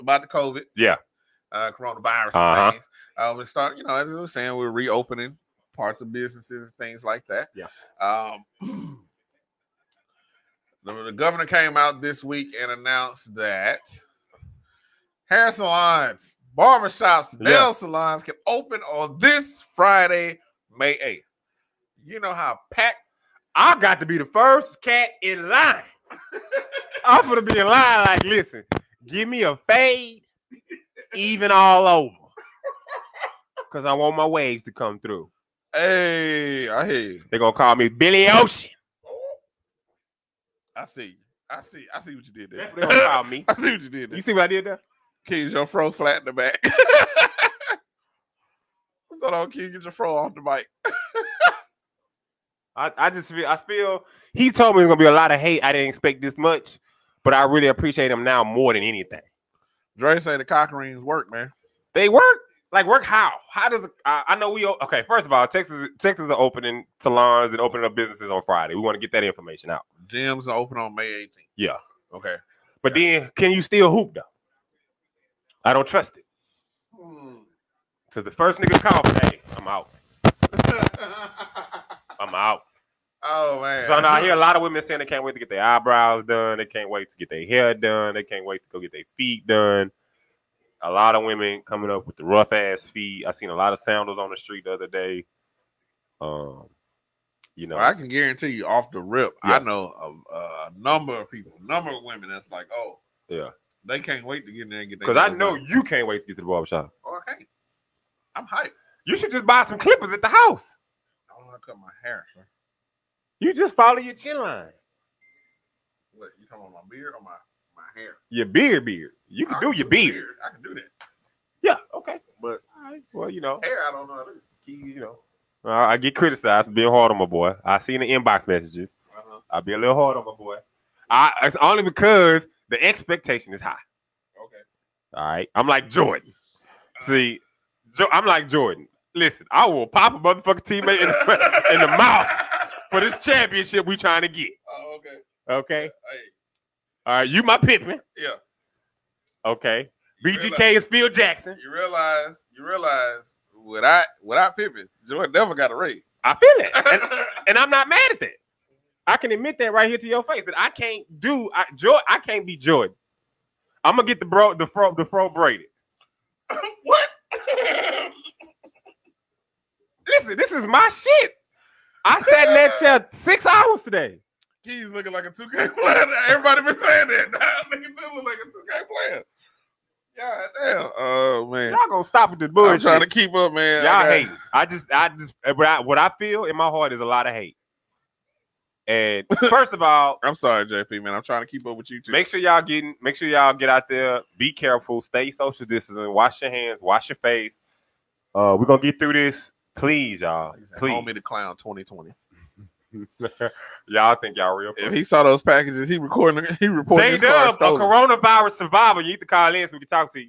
about the COVID. Yeah. Uh coronavirus Uh-huh. and things. Uh we start, you know, as I was saying, we're reopening parts of businesses and things like that. Yeah. Um the, the governor came out this week and announced that hair salons, barbershops, Yeah. nail salons can open on this Friday, May 8th. You know how packed I got to be the first cat in line. I'm gonna be in line. Like, listen, give me a fade, even all over, because I want my waves to come through. Hey, I hear you. They're gonna call me Billy Ocean. I see. you. I see. I see what you did there. That's what they're gonna call me. I see what you did there. You see what I did there? Keys, your fro flat in the back. so don't Key, get your fro off the mic. I, I just feel I feel he told me there's gonna be a lot of hate. I didn't expect this much, but I really appreciate him now more than anything. Dre say the cock rings work, man. They work like work how? How does I, I know we o- okay? First of all, Texas Texas are opening salons and opening up businesses on Friday. We want to get that information out. Gyms are open on May 18th. Yeah. Okay. But then, can you still hoop though? I don't trust it. Cause the first nigga call, hey, I'm out. I'm out. oh man. So now I hear a lot of women saying they can't wait to get their eyebrows done. They can't wait to get their hair done. They can't wait to go get their feet done. A lot of women coming up with the rough ass feet. I seen a lot of sandals on the street the other day. Um, you know, Well, I can guarantee you off the rip, Yeah. I know a, a number of people, number of women that's like, oh, Yeah. They can't wait to get in there and get their because I nails know done. you can't wait to get to the barbershop. Oh, hey, I'm hyped. You should just buy some clippers at the house. I don't want to cut my hair. Sir. You just follow your chin line, What you talking about? My beard or my my hair? your beard, beard. You I can do can your beard. I can do that. Yeah, okay. But All right. Well, you know, hair, I don't know. How to do. you know, I I get criticized for being hard on my boy. I seen the inbox messages. Uh-huh. I'll be a little hard on my boy. I it's only because the expectation is high. Okay. All right. I'm like Jordan. See, jo- I'm like Jordan. Listen, I will pop a motherfucking teammate in the, in the mouth for this championship we trying to get. Oh, okay. Okay. Hey, All right. You my Pittman. yeah. Okay. You BGK is Phil Jackson. realize, you realize, you realize, without without Pippen, Jordan never got a raise. I feel it. And, and I'm not mad at that. I can admit that right here to your face that I can't do I Jordan, I can't be Jordan. I'm gonna get the bro the fro the fro braided. what? Listen, this is my shit. I sat in that chair six hours today. He's looking like a two K player. Everybody been saying that. Nigga do look like a two K player. God damn. Oh man. Y'all gonna stop with this I'm bullshit. trying to keep up, man. I Y'all got- hate. I just, I just, what I, what I feel in my heart is a lot of hate. And first of all, I'm sorry, JP, man. I'm trying to keep up with you too. make sure y'all getting, make sure y'all get out there, be careful, stay social distancing, wash your hands, wash your face. Uh, we're gonna get through this, please, y'all. He said, Please, Homie the clown 2020. y'all think y'all real. If he saw those packages, he recording. He reported J his car Dub, a stolen. coronavirus survivor. You need to call in so we can talk to you.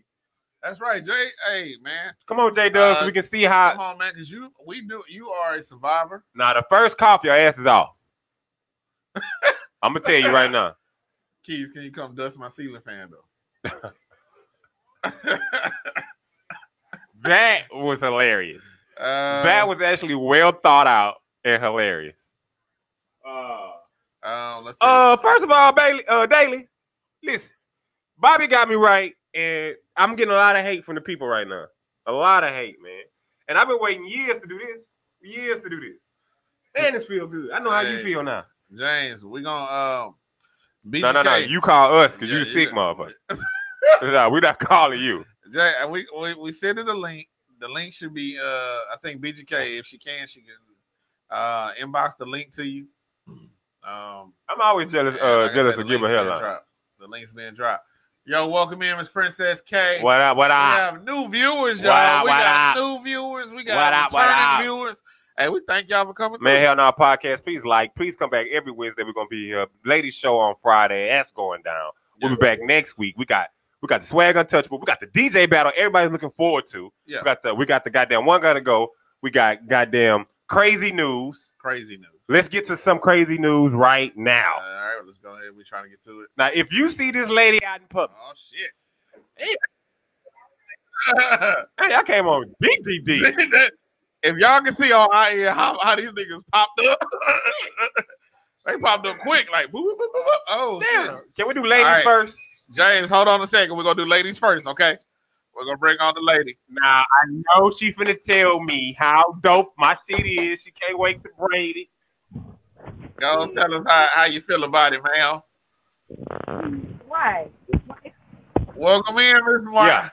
That's right, Jay. Hey, man, Come on, J Dub, so Uh, we can see how. come on, man, because you we do you are a survivor. Now the first cough, your ass is off. I'm gonna tell you right now. Keys, can you come dust my ceiling fan though? That was hilarious. Uh, that was actually well thought out and hilarious. Uh, Um, let's see. uh first of all, Bailey, uh, Daily, listen, Bobby got me right, and I'm getting a lot of hate from the people right now. A lot of hate, man. And I've been waiting years to do this, years to do this. Man, this feel good. I know how you Hey. feel now. James, we gonna um. BGK, No, no, no. You call us because Yeah, you you sick, got- motherfucker. no, we're not calling you. Jay, and we we we sent her the link. The link should be uh. I think BGK, if she can, she can uh inbox the link to you. Um, I'm always jealous. and Uh, like I jealous said, of the give a link's been hairline. dropped. The link's been dropped. Yo, welcome in, Miss Princess K. What up? What We up? have new viewers, What y'all. up, we what got up? new viewers. We got What up, what returning up? viewers. Hey, we thank y'all for coming. Man, through. hell no podcast. Please like. Please come back every Wednesday. We're gonna be here. Ladies show on Friday. That's going down. We'll be back next week. We got we got the swag untouchable. We got the DJ battle. Everybody's looking forward to. Yeah. We got the we got the goddamn one gotta go. We got goddamn crazy news. Crazy news. Let's get to some crazy news right All now. right, let's go ahead. We're trying to get to it. Now, if you see this lady out in public, Oh shit. hey, I came on deep, deep, deep. if y'all can see on our end how, how these niggas popped up, they popped up quick, like boop, boop, boop, boop, boop. oh shit. Damn. Can we do ladies All right. first? James, hold on a second. We're gonna do ladies first, okay? We're gonna bring on the lady. Now I know she finna tell me how dope my shit is. She can't wait to braid it. Go on, tell us how, how you feel about it, ma'am. Why? You Welcome in, Miss Mark. Yeah.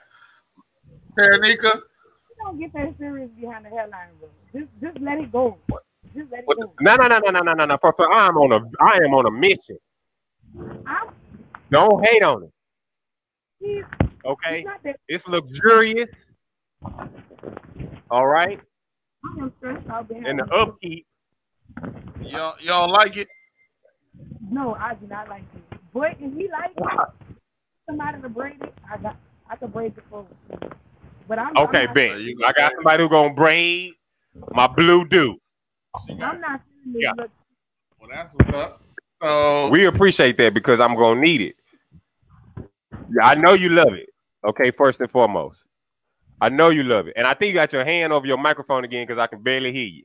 Taranika. don't get that serious behind the headline, bro. Just, just let it go. Just let it What- go. No, no, no, no, no, no, no, no. For, for I'm on a I am on a mission. I'm, Don't hate on it. he's, he's Okay. not that. It's luxurious. All right. I am stressed out behind. And the him. upkeep. You don't, you don't like it? No, I do not like it. But if he likes Wow. somebody to braid it, I got, I can braid it for. him. But I'm Okay, I'm Ben. I got somebody who gonna braid my blue do. Not, I'm not feeling this Yeah. look. Well, that's what's up. So We appreciate that because I'm gonna need it. Yeah, I know you love it. Okay, first and foremost, I know you love it, and I think you got your hand over your microphone again because I can barely hear you.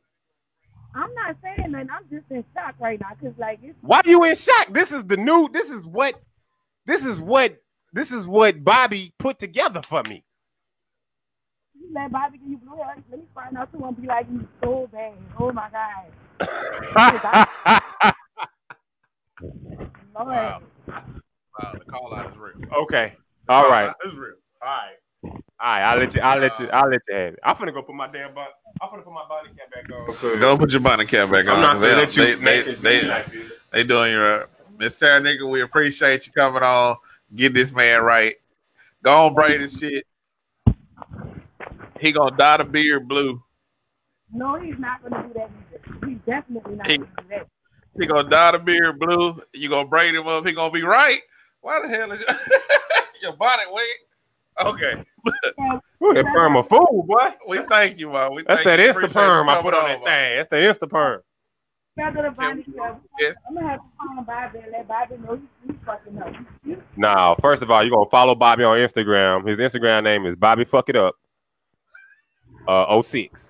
I'm not saying nothing. I'm just in shock right now because like it's Why you in shock? This is the new. This is what. This is what. This is what Bobby put together for me. you let Bobby give you blue hair. Let me find out who won't be like you so bad. Oh my God, Lord. wow. Wow, the call out is real. okay. All right. It's real. All right. All right. I'll let you. I'll let you. I'll let you have it. I'm finna go put my damn. Bo- I'm finna put my body cap back on. 'cause Don't put your bonnet cap back on. I'm not gonna they, let you. they, they, make it they, seem like this. they doing you right. Miss Sarah Nigga, we appreciate you coming on. Get this man right. Go on, braid his shit. He gonna dye the beard blue. No, he's not going to do that. either. He's definitely not He- going to do that. He gonna dye the beard blue. You gonna braid him up. He gonna be right. Why the hell is your bonnet wet? Okay, Ooh, that perm a fool, boy. we thank you, man. We That's thank that you. Insta Appreciate you perm I coming put on on, that man. thing. That's the Insta perm. Feather the body. Yes. I'm going to have to call Bobby and let Bobby know he's, he's fucking up. You- Now, first of all, you're gonna follow Bobby on Instagram. His Instagram name is Bobby Fuck It Up. Uh 06.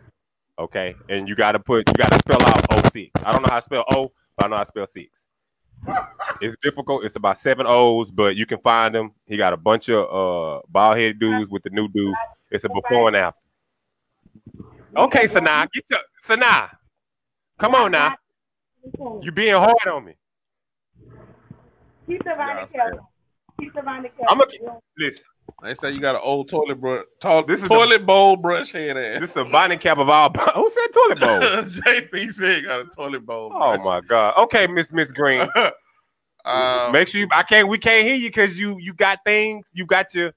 Okay. And you gotta put you gotta spell out 06. I don't know how to spell O, but I know how to spell six. It's difficult. It's about seven O's, but you can find him. He got a bunch of uh bald head dudes with the new dude. It's a before and after. Okay, Sanaa, get your Sanaa. Come on now. You being hard on me. Keep the body Yeah, I Kelly. Keep the body Kelly. I'ma- Listen. They say you got an old toilet brush, tall, This is toilet bowl brush head ass. This is the bonnet cap of all. bon- Who said toilet bowl? JP said got a toilet bowl. Oh my god. Okay, Miss Miss Green. my. um, Make sure you. I can't. We can't hear you because you you got things. You got your.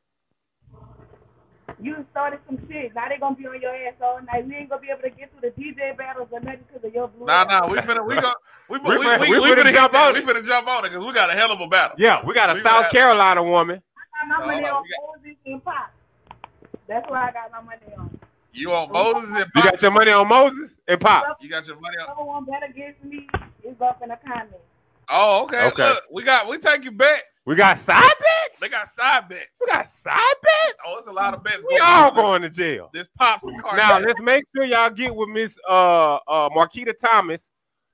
You started some shit. Now they're going to be on your ass all night. We ain't going to be able to get through the DJ battles or nothing because of your blue Nah, hair. nah, we finna we go we we, We we, finna- we, we finna finna hit jump that. on We it. finna jump on it because we got a hell of a battle. Yeah, we got a We South got- Carolina woman. I got my money Nah, nah, on we got- Moses and Pop. That's why I got my money on. You want Moses and You Pop? got your money on Moses and Pop. You got your money. On. Whoever one better against me is up in the comments. Oh, okay. Okay. Look, we got we taking bets. We got side bets. They got side bets. We got side bets. Oh, it's a lot of bets. We all going to jail. This pops and card. Now let's make sure y'all get with Miss uh uh Marquita Thomas.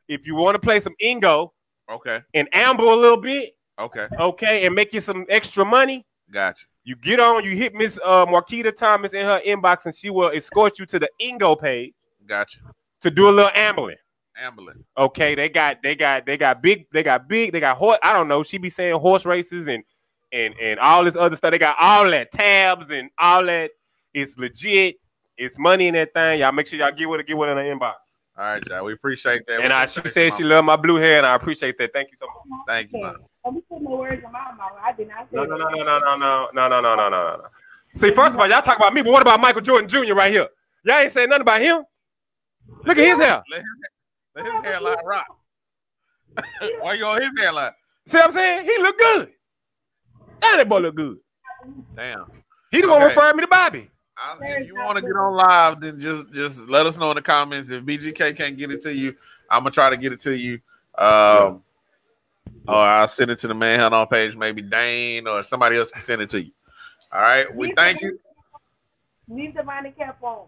If you want to play some Ingo okay, and amble a little bit, okay, okay, and make you some extra money, got you. you get on. You hit Miss uh Marquita Thomas in her inbox, and she will escort you to the Ingo page Got you. to do a little ambling. Ambulance. Okay, they got they got they got big they got big they got horse. I don't know. She be saying horse races and and and all this other stuff. They got all that tabs and all that. It's legit. It's money in that thing. Y'all make sure y'all get with it. Get with it in the inbox. All right, y'all. We appreciate that. We And I, she appreciate said you, she Mama. loved my blue hair, and I appreciate that. Thank you so much. Thank you, Mama. Don't be putting no words in my mouth. I did not say No, no, no, no, no, no, no, no, no, no, no, no, no. See, first of all, y'all talk about me, but what about Michael Jordan Jr. right here? Y'all ain't saying nothing about him. Look at his hair. Let his, let his hairline rock. Why you on his hairline? See what I'm saying? He look good. That boy look good. Damn. He the one Okay. referring me to Bobby. I, if you want to get on live, then just just let us know in the comments. If BGK can't get it to you, I'm gonna try to get it to you. Um, or I'll send it to the manhunt on page. Maybe Dane or somebody else can send it to you. All right. We thank you. Leave the money cap on.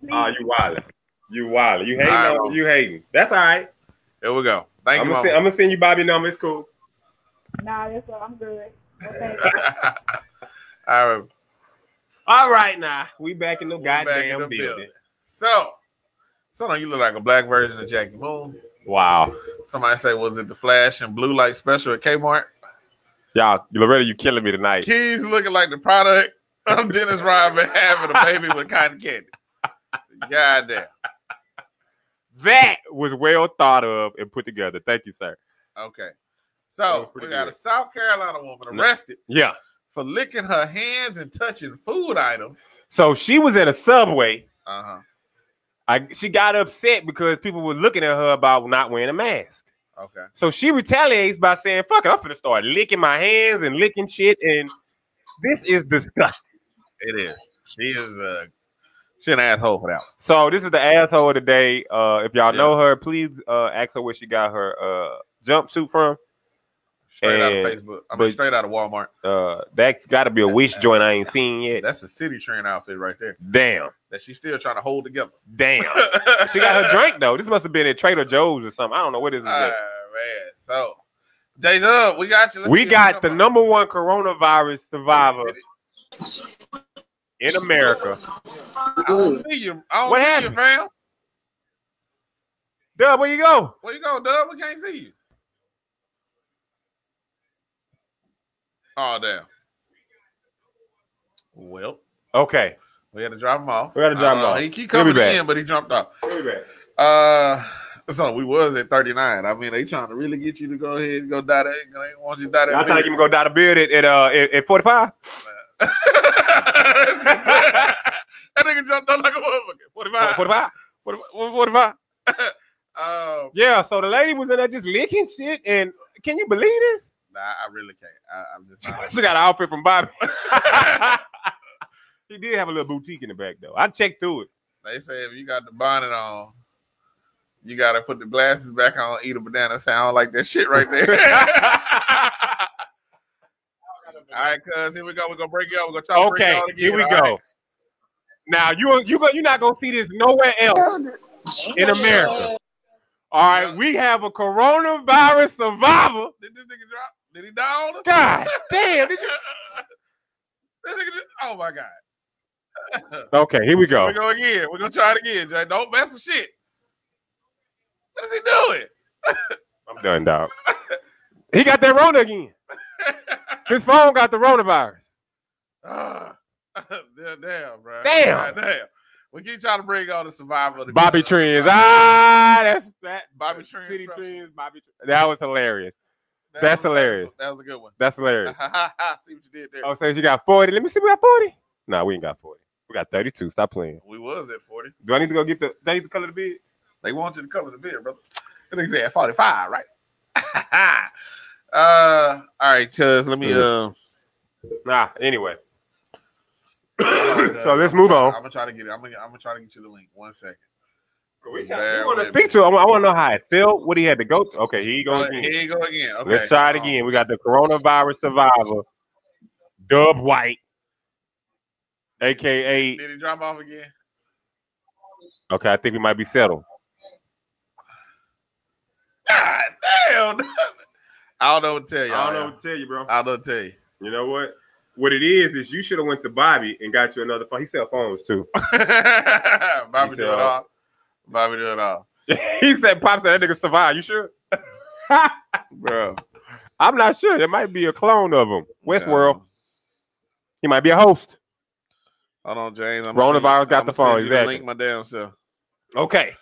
Please. Ah, you wildin'. You wildin'. You hating Nah. on you hating. That's all right. Here we go. Thank I'm you, gonna, Mama. send, I'm gonna send you Bobby number. It's cool. Nah, that's all. I'm good. Okay. All right. All right now. We back in the back goddamn in the building. building. So, so now you look like a black version of Jackie Moon. Wow. Somebody say, was it the flash and blue light special at Kmart? Y'all, Loretta, you killing me tonight. Keys looking like the product of Dennis Rodman having a baby with cotton candy. Goddamn. That was well thought of and put together. Thank you, sir. Okay. That was So we pretty got a good. South Carolina woman No. arrested Yeah. for licking her hands and touching food items. So she was at a subway. Uh huh. I, she got upset because people were looking at her about not wearing a mask. Okay. So she retaliates by saying, "Fuck it, I'm finna start licking my hands and licking shit." And this is disgusting. It is. She is uh she an asshole for that. So this is the asshole of the day. Uh, if y'all Yeah. know her, please uh, ask her where she got her uh, jumpsuit from. Straight out And- of Facebook. I mean Eh, but- straight out of Walmart. Uh, that's got to be a wish joint I ain't seen yet. That's a city train outfit right there Damn, that she's still trying to hold together. damn. she got her drink though. This must have been at Trader Joe's or something. I don't know what this is. All right, at. Ah, man. So, J Dub, we got you. Let's we see got if the come number one coronavirus up. survivor in America. I don't see you. I don't What see happened? you, fam. Dub, where you go? Where you going, Dub? We can't see you. Oh, damn. Well, Okay. we had to drop him off. We had to drop I don't him know. off. He keep He'll be coming back. in, but he jumped off. Uh, so we was at 39. I mean, they trying to really get you to go ahead and go die that. They want you to die that. Y'all trying to big. get me to go down the beard at, at uh at, at 45? that nigga jumped up like a motherfucker. 45. 45? 45. 45. um, Yeah, so the lady was in there just licking shit and can you believe this? nah, I really can't. I, I'm just not. She got an outfit from Bobby. she did have a little boutique in the back though. I checked through it. They say if you got the bonnet on, you got to put the glasses back on, eat a banana. Sound like that shit right there. All right, cuz, here we go. We're going to break you up. We're going to try to break Okay, y'all again. here we All go. right. Now you you go you're not gonna see this nowhere else in America. All right, we have a coronavirus survivor. Did this nigga drop? Did he die on us? God damn! Did you... This nigga just- oh, my God. Okay, here we go. Here we go again. We're going to try it again, Jay. Don't mess with shit. What is he doing? I'm done, dog. He got that Rona again. His phone got the Ronavirus. Ah. damn, damn, bro. Damn. damn. We keep trying to bring on the survival. of the Bobby good. Trends. Ah, that's that. Bobby Trends City Structures. Trends, Bobby Trends. That was hilarious. That was- that's that was- hilarious. That was a good one. That's hilarious. See what you did there. Oh, so you got 40. Let me see. We got 40. Nah, we ain't got 40. We got 32. Stop playing. We was at 40. Do I need to go get the? Do I need to color the beard? They want you to cover the beer, brother. That nigga said 45, right? uh, all right, cuz let me. Uh, Nah. Anyway. so let's move I'm on. gonna uh, try to get it. I'm gonna, I'm gonna try to get you the link. One second. We Bear want to with speak me. to him. I want to know how it felt. What he had to go. through. Okay, here you go So, again. Here you go again. Okay. Let's try it um, again. We got the coronavirus survivor, Dub White, aka. Did he drop off again? Okay, I think we might be settled. God damn. I don't know what to tell you. I don't know. to tell you, bro. I don't know what to tell you. You know what? What it is is you should have went to Bobby and got you another phone. He sell phones too. Bobby He do said, it all. Bobby do it all, he said, "Pops, that nigga survived. You sure?" bro. I'm not sure. There might be a clone of him. Westworld. He might be a host. Hold on, James. I'm Coronavirus got the phone, Send you the exactly. link my damn self. Okay.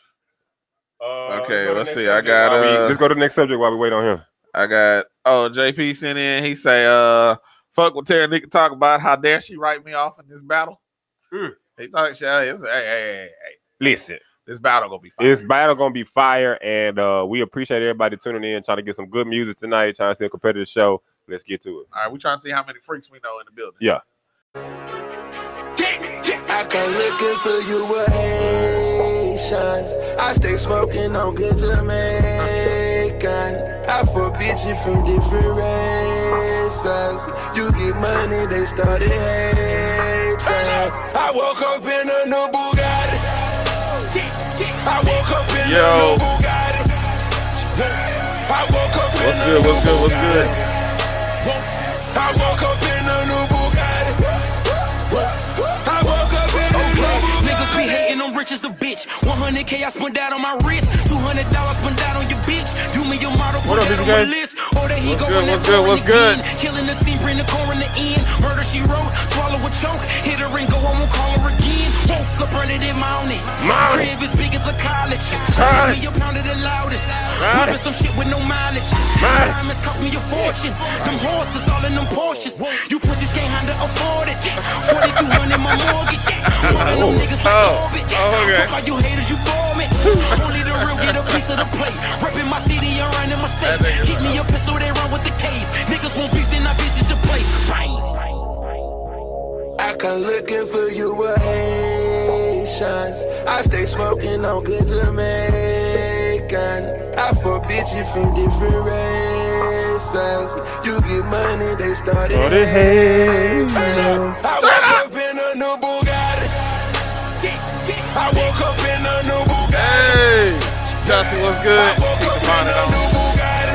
Uh, Okay, go to the let's next see, I subject got, while we- uh, Let's go to the next subject while we wait on him. I got oh JP sent in. He say, "Uh, fuck what Terry Nick talk about. How dare she write me off in this battle? Mm. He talking shit. It's- Hey, hey, hey, hey, Listen, this battle gonna be fun. this battle gonna be fire, and uh, we appreciate everybody tuning in, trying to get some good music tonight, trying to see a competitive show. Let's get to it. All right, we trying to see how many freaks we know in the building. I come looking for you with Haitians. I stay smoking on good Jamaican. I forbid you from different races. You get money, they started hating. I woke up in a new Bugatti. I woke up in Yo. a new Bugatti. I woke up in a What's good? new What's good? What's Bugatti. good? I woke up in a new Bugatti. I woke up in a new Okay, Bugatti. niggas be hating, I'm rich as a bitch. 100k I spent out on my wrist. 200 dollars spent out on your bitch. Do me your model, put What up, that on nigga my gang? list. Oh, there he What's go good, on that what's good, foreign what's good? again. Killing the scene, bring the core in the end. Murder she wrote, swallow a choke. Hit her and go, I won't call her again. Woke up early that morning. Morning. Crib as big as a college. Morning. Give me a pound of the loudest. Slipping some shit with no mileage. Morning. Diamonds cost me a fortune. Them horses all in them Porsches. You pussies can't handle afford it. 4200 my mortgage. Oh, Oh. Oh, okay. Fuck all you haters, you bore me. Only the real get a piece of the plate. Repping my city and running my state. That nigga- Hit me a pistol, they run with the case. Niggas won't beef, then I visit your place. Bang. I come looking for you with Haitians. I stay smoking on good Jamaican. I forbid you from different races. You get money, they started Started hating. Turn up. I woke up in a new Bugatti. I woke up in a new Bugatti. Hey, Justin, what's good? I woke up Keep the in bonnet a on. new Bugatti.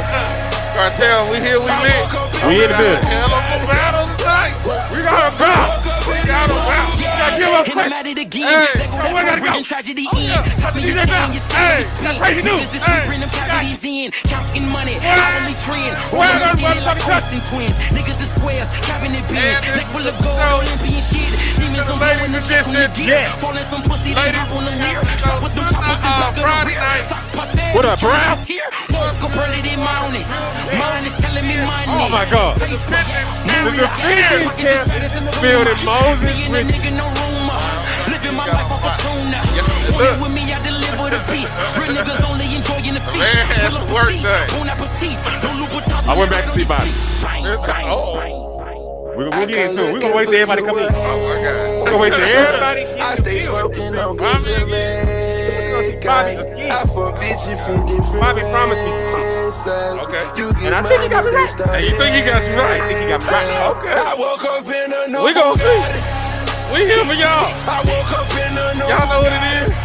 Cartel, we here, we I lit. woke up We in in the building. Hell of a battle tonight. We got a battle. We got a battle. We got to give up And I'm quick. at it again. Hey, Let go oh, that I gotta front go. and tragedy Oh, end. yeah. Top of your DJ chain, your Bow. Hey, skin is that's how you do. Niggas this week Hey, bring them yeah. cavities in. Counting money, Yeah. hourly trend. Yeah, Rolling that's skin motherfucking like cut. Austin twins. Niggas is squares, cabinet Man, bins. this Neck full is of gold, so- Olympian shit. Demons, I'm ladies blowing the and check on the gentlemen, gear. yeah. Falling some pussy, they Ladies hop on the and mirror. gentlemen, Shot with them choppers and uh, back of the Friday rear. night. Sock my pants, What up, Jesus Brown? is here. Woke up early this morning. Mine is telling me my Oh my God. Paper. There's a fitness camp in the building, Moses Me and the Richards. nigga no rumor. Living my life off a tuna. Yes, it Want it is. with me, I deliver the beat. Real niggas only enjoying the feet. Man, that's Pull up a work seat. done. Bon appetit. No Louboutins, I went back to on your see Bobby. seat. Bang, There's- bang, oh. bang. I come looking for We're gonna get into it. We're gonna wait till everybody you come with in. Oh, We're gonna wait till everybody I gets in stay the building. smoking on good Bobby Jamaican. Bobby again. I forbid you from different Bobby promised me. races. Okay. You And get I think he got me money, right. they Hey, you think he got you right? I think he got me right. Okay. I woke up in a new We gonna see. Bugatti. We here for y'all. I woke up in a new Y'all know what it is.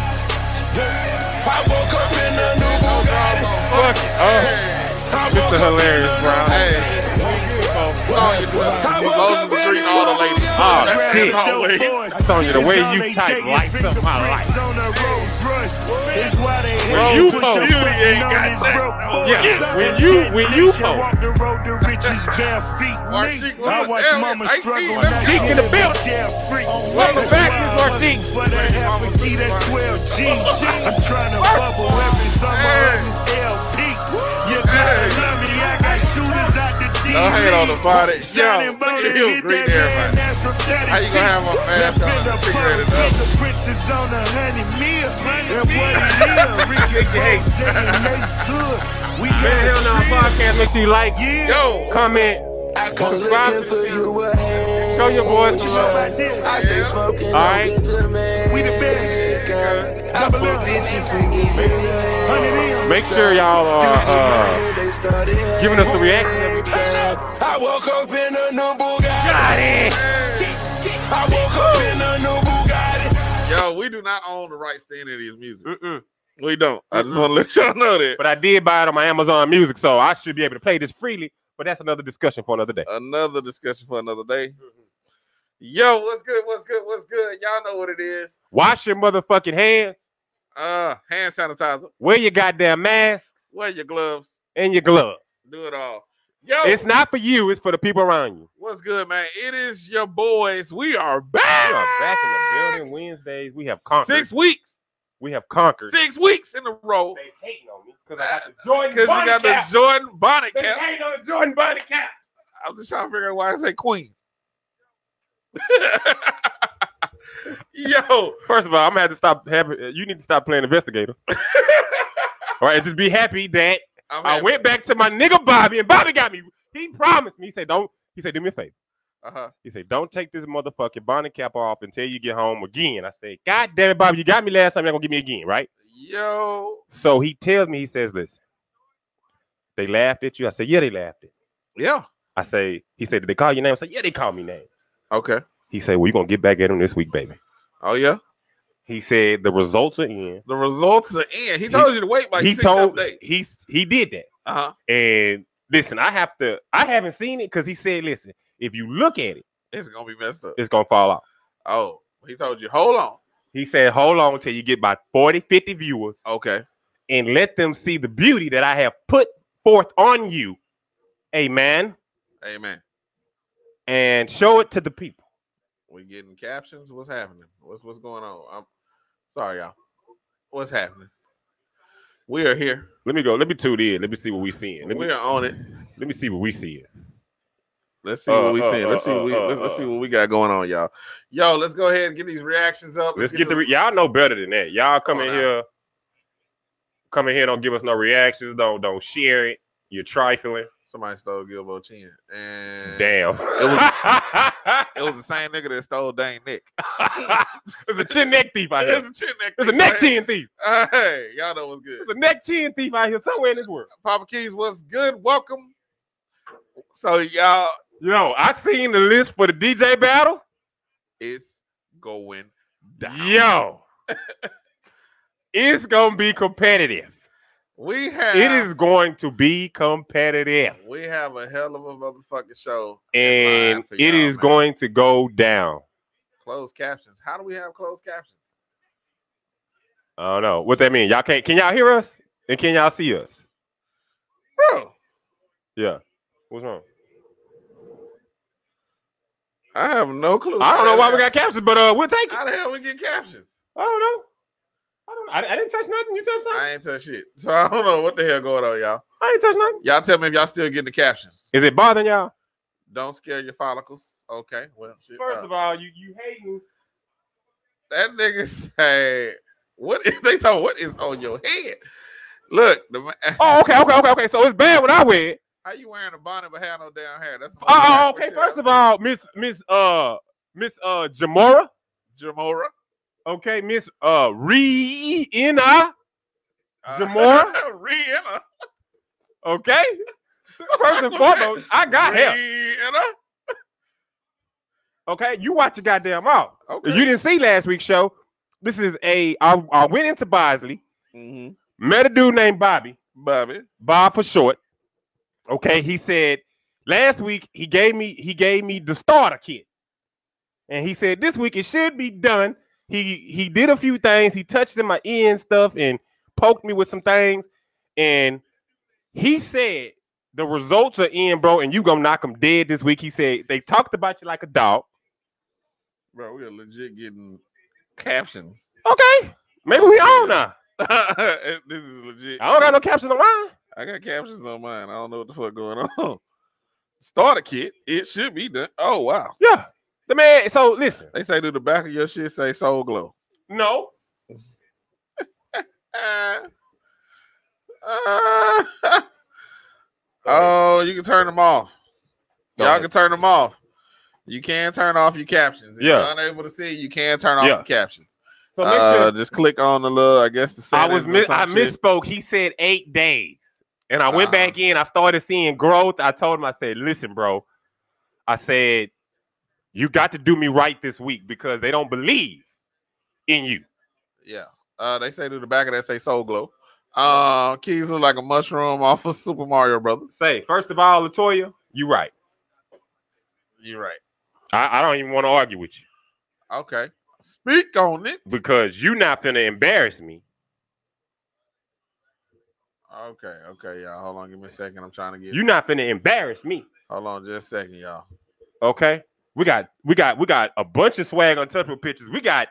I woke up in a new Bugatti. Fuck it. Oh, I this woke is up hilarious, Brown. Hey, Sonya Brown. Moses is greeting all the ladies. Ah, That's shit. always- Sonya, the way It's all you they type taking lights up my fingerprints on the Rolls Royce. It's why they hate When to you push post, a you button ain't on got this that. broke Oh, boy. yeah. Son, When this you- that when you nation post. Walk the road to riches bare feet. Or Me, she I was watch there. mama I see struggle. that. now She she in the living building. carefree. welcome That's back, why Miss I hustle Martine. For that half a key, that's 12 G's. I'm trying to bubble every summer Hey. on LP. You gotta Hey. love me, I got shooters out the D. Don't hate on the body. Yo, Sounding Sonya money, Hill hit greeting that everybody. man, that's from 30 How you gonna have my Left mask on in the and figure it pole, out? fingerprints is on a honey meal. And what it is, Ricky Rose and Mace Hood. We man, hell no got a podcast. Make sure you like, Yeah. Yo, comment, I come Subscribe looking for you with Haitians. show your boys some You know about love. this? I stay smoking All right. on good We the best. Jamaican. I Double up. forbid you from different Hundred races. M's. Make sure y'all are uh, uh, giving us the reaction. I woke up in a new Bugatti. Got it. I woke up in a new Bugatti. yo, we do not own the rights to any of these music. Mm-mm. We don't. I just want to let y'all know that. But I did buy it on my Amazon Music, so I should be able to play this freely. But that's another discussion for another day. Another discussion for another day. Mm-hmm. Yo, what's good? What's good? What's good? Y'all know what it is. Wash your motherfucking hands. Uh, hand sanitizer. Wear your goddamn mask Wear your gloves. and your gloves. Do it all. Yo, It's not for you. It's for the people around you. what's good, man? It is your boys. We are We back. are back in the building Wednesdays. We have conquered. Six weeks. We have conquered. Six weeks in a row They hating on me because I got the Jordan because you Bunny got the cap. Jordan Bonnet They cap. hating on the Jordan Bunny cap. I'm just trying to figure out why I say queen. Yo, First of all, I'm gonna have to stop. Having, you need to stop playing investigator. all right, just be happy that I'm I happy. went back to my nigga Bobby, and Bobby got me. He promised me. He said, "Don't." He said, "Do me a favor." Uh-huh. He said, "Don't take this motherfucking bonnet cap off until you get home again." I said, "God damn it, Bobby, you got me last time. You're gonna get me again, right?" Yo, So he tells me, he says, "Listen, they laughed at you." I said, "Yeah, they laughed at." You. yeah. I say, "He said, did they call your name?" I said, "Yeah, they called me name." Okay. He said, "Well, you are gonna get back at them this week, baby." Oh yeah. He said, "The results are in." The results are in. He told you to wait like he six told days. he he did that. Uh huh. And listen, I have to. I haven't seen it because he said, "Listen, if you look at it, It's gonna be messed up. it's gonna fall off." Oh, he told you. Hold on. He said, "Hold on till you get about 40, 50 viewers, Okay. and let them see the beauty that I have put forth on you, Amen, Amen. and show it to the people." We getting captions. What's happening? What's what's going on? I'm sorry, y'all. What's happening? We are here. Let me go. Let me tune in. Let me see what we seeing. Let me We are on it. let me see what we seeing. Let's see Uh, what we uh, seeing. Let's uh, see what we uh, let's, let's uh. see what we got going on, y'all. Yo, let's go ahead and get these reactions up. Let's get the this- re- y'all know better than that. Y'all come Come in on here, come in here. Don't give us no reactions. Don't don't share it. You're trifling. somebody stole Gilbo Chin. And Damn. it was the same nigga that stole Dane Nick. There's a chin neck thief out here. It's a chin neck. There's a neck chin thief. Hey, y'all know what's good. There's a neck chin thief out here somewhere in this world. Papa Keys, what's good? Welcome. So y'all, Yo, I seen the list for the DJ battle. it's going down. Yo, it's gonna be competitive. we have It is going to be competitive. We have a hell of a motherfucking show, in and line for it y'all, is man. going to go down. Closed captions. How do we have closed captions? I don't know what that mean. Y'all can't. Can y'all hear us? And can y'all see us? Bro, Yeah. What's wrong? I have no clue. I don't know why we got captions, but uh, we'll take it. How the hell we get captions? I don't know. I don't. I, I didn't touch nothing. You touched something. I ain't touch shit, so I don't know what the hell going on, y'all. I ain't touch nothing. Y'all tell me if y'all still getting the captions. Is it bothering y'all? Don't scare your follicles. Okay, well, shit. First uh, of all, you you hating. That nigga say, "What is they talking? What is on your head?" Look, the, ma- Oh, okay, okay, okay, okay. So it's bad when I wear it. how you wearing a bonnet but have no damn hair? That's Oh, okay. First of all, Miss Miss uh Miss uh Jamora. Jamora, Okay, Miss uh Reena. uh, Jamora? Rihanna, Okay. First and foremost, I got him. Rihanna. Okay, you watch your goddamn mouth. Okay. You didn't see last week's show. This is a I, I went into Bosley, Mhm. met a dude named Bobby, Bobby. Bob for short. Okay, he said last week he gave me he gave me the starter kit. And he said this week it should be done. He he did a few things, he touched in my ear and stuff and poked me with some things. And he said the results are in, bro, and you gonna knock them dead this week. He said they talked about you like a dog. Bro, we are legit getting captions. Okay. Maybe we on now. this is legit. I don't got no captions on mine. I got captions on mine. I don't know what the fuck going on. Starter kit. It should be done. Oh wow. Yeah. The man, so listen. They say do the back of your shit say soul glow. No. Uh, uh, oh, you can turn them off. Go Y'all ahead. can turn them off. You can turn off your captions. If Yeah. you're unable to see, you can turn off Yeah. your captions. So make sure Uh, just click on the little, I guess the I was settings or mi- some I shit. misspoke. He said eight days, and I went Uh-huh. back in. I started seeing growth. I told him, I said, "Listen, bro," I said, "You got to do me right this week because they don't believe in you." Yeah. Uh, they say to the back of that say Soul Glow. Uh, keys look like a mushroom off of Super Mario Brothers. Say first of all, Latoya, you right. You're right. I, I don't even want to argue with you Okay. Speak on it. because you not finna embarrass me. Okay. Okay, y'all. Hold on. Give me a second. I'm trying to get. You not finna embarrass me. Hold on, just a second, y'all. Okay, we got we got we got a bunch of swag on touchable pictures. We got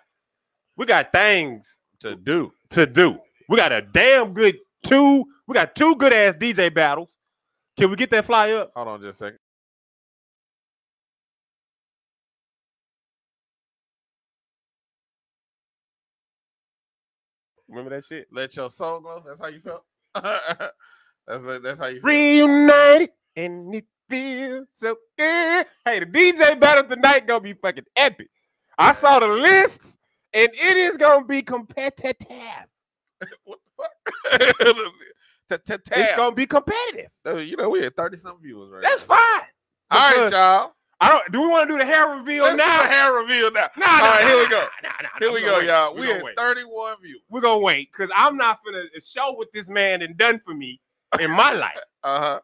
we got things to do to do. We got a damn good two. We got two good ass DJ battles. Can we get that fly up? Hold on just a second. Remember that shit? Let your soul glow. That's how you felt. that's that's how you feel. Reunited and it feels so good. Hey, the DJ battle tonight gonna be fucking epic. I saw the list and it is gonna be competitive. What the fuck? Ta- ta- It's tap. gonna be competitive. Uh, You know we had thirty something viewers right. That's now. fine. All right, because- y'all. I don't. Do we want to do the hair reveal Let's do now? the hair reveal now. Nah, nah, All right, nah, here we nah, go. nah, nah, nah, Here nah, we gonna go, wait. y'all. We We gonna at wait. thirty-one views. We're gonna wait because I'm not gonna show what this man done done for me in my life. Uh huh.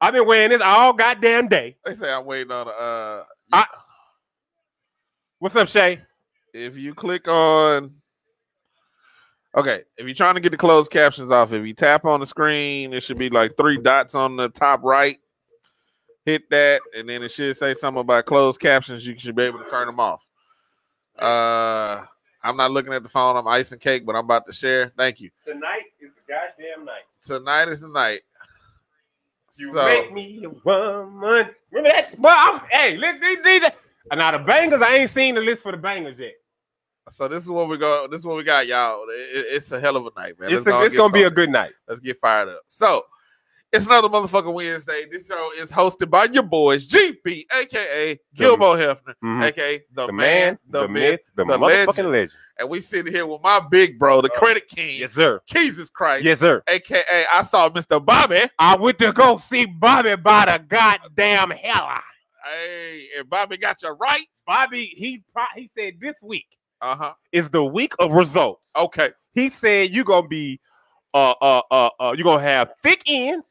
I've been wearing this all goddamn day. They say I'm waiting on. Uh, I- What's up, Shay? if you click on okay if you're trying to get the closed captions off if you tap on the screen there should be like three dots on the top right hit that and then it should say something about closed captions you should be able to turn them off uh i'm not looking at the phone i'm icing cake but i'm about to share thank you Tonight is the goddamn night. tonight is the night You so make me a woman. Remember that? Well, I'm, hey, look, these, these are- now the bangers. I ain't seen the list for the bangers yet. so this is what we go this is what we got y'all It- it- it's a hell of a night man It's, Let's go a, and it's get gonna be a started. good night. Let's get fired up. So it's another motherfucking Wednesday. This show is hosted by your boys, GP, aka Gilbo Hefner, Mhm. aka the, man, the, myth. the, the motherfucking legend. legend. And we sitting here with my big bro, the credit king, Uh, Yes, sir. Jesus Christ, Yes, sir. aka I saw Mr. Bobby. I went to go see Bobby by the goddamn hell. Hey, and Bobby got you right. Bobby, he pro- he said this week Uh-huh. is the week of results. Okay. He said you're gonna be uh uh uh, uh you're gonna have thick ends.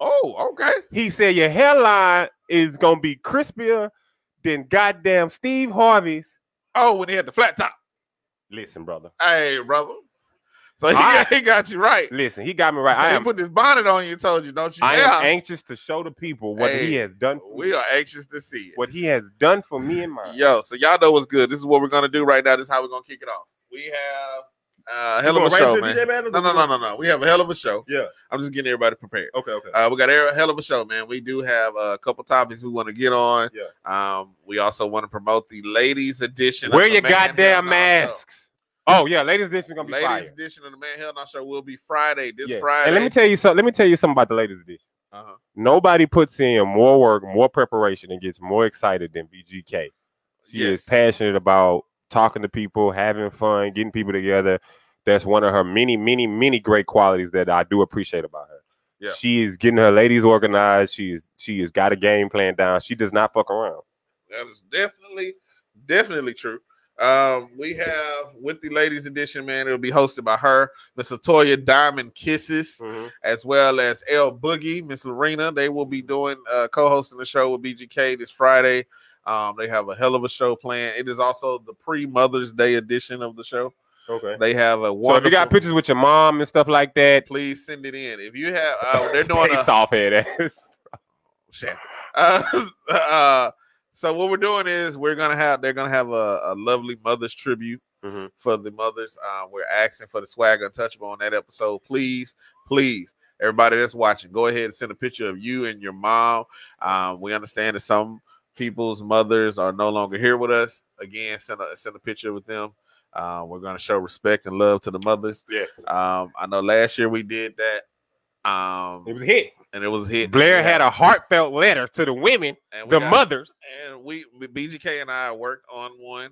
Oh, okay. He said your hairline is gonna be crispier than goddamn Steve Harvey's. Oh, when he had the flat top. Listen, brother. Hey, brother. So he, All right. he got you right. Listen, he got me right. So I he am put this bonnet on you and told you, don't you? I dare. am anxious to show the people what Hey, he has done for me, we are anxious to see it. what he has done for me and mine. Yo, so y'all know what's good. This is what we're gonna do right now. This is how we're gonna kick it off. We have uh hell of a show, man. No, no, no, no, no. We have a hell of a show. Yeah. I'm just getting everybody prepared. Okay, okay. Uh, we got a hell of a show, man. We do have uh, a couple topics we want to get on. Yeah. Um, we also want to promote the ladies edition. of Wear the your Man Hell goddamn Nah Show. masks. Oh yeah, ladies, this is gonna be Ladies fire. edition of the Man Hell Now Show will be Friday. This Yeah. Friday. And let me tell you something. Let me tell you something about the ladies edition. uh-huh. Nobody puts in more work, more preparation, and gets more excited than BGK. She Yes. is passionate about talking to people, having fun, getting people together. That's one of her many, many, many great qualities that I do appreciate about her. Yeah. She is getting her ladies organized. She is she has got a game plan down. She does not fuck around. That is definitely, definitely true. Um, we have with the ladies edition, man. It'll be hosted by her, Miss Latoya Diamond Kisses, Mm-hmm. as well as L Boogie, Miss Lorena. They will be doing uh, co-hosting the show with BGK this Friday. Um, they have a hell of a show planned. It is also the pre Mother's Day edition of the show. Okay. They have a So if wonderful. you got pictures with your mom and stuff like that, please send it in. If you have, uh, they're doing stay a soft head ass. Shit. Uh, uh, so what we're doing is we're gonna have they're gonna have a, a lovely mother's tribute Mhm. for the mothers. Uh, we're asking for the swag untouchable on that episode. Please, please, everybody that's watching, go ahead and send a picture of you and your mom. Um, we understand that some people's mothers are no longer here with us. Again, send a send a picture with them. Uh, we're gonna show respect and love to the mothers. Yes. Um, I know last year we did that. Um, It was a hit. and it was a hit. Blair had a heartfelt letter to the women, and we the got- mothers. and we BGK and I worked on one.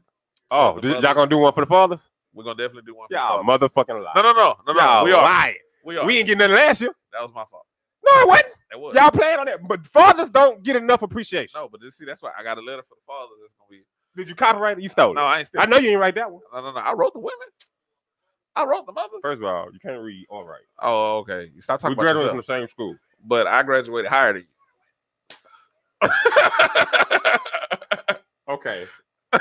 Oh, the did- y'all mothers. gonna do one for the fathers? We're gonna definitely do one. for Y'all the fathers. motherfucking lie. No, no, no, no, no. Y'all we are. lying. We are. We ain't getting nothing last year. that was my fault. No, it wasn't. That was. Y'all playing on that. But fathers don't get enough appreciation. No, but just see, that's why I got a letter for the fathers. That's gonna be. Did you copyright it? You stole No, it. I ain't still. I know you ain't write that one. No, no, no. I wrote the women. I wrote the mothers. First of all, you can't read all right. Oh, okay. You stop we talking about graduated yourself. from the same school. But I graduated higher than Okay. you.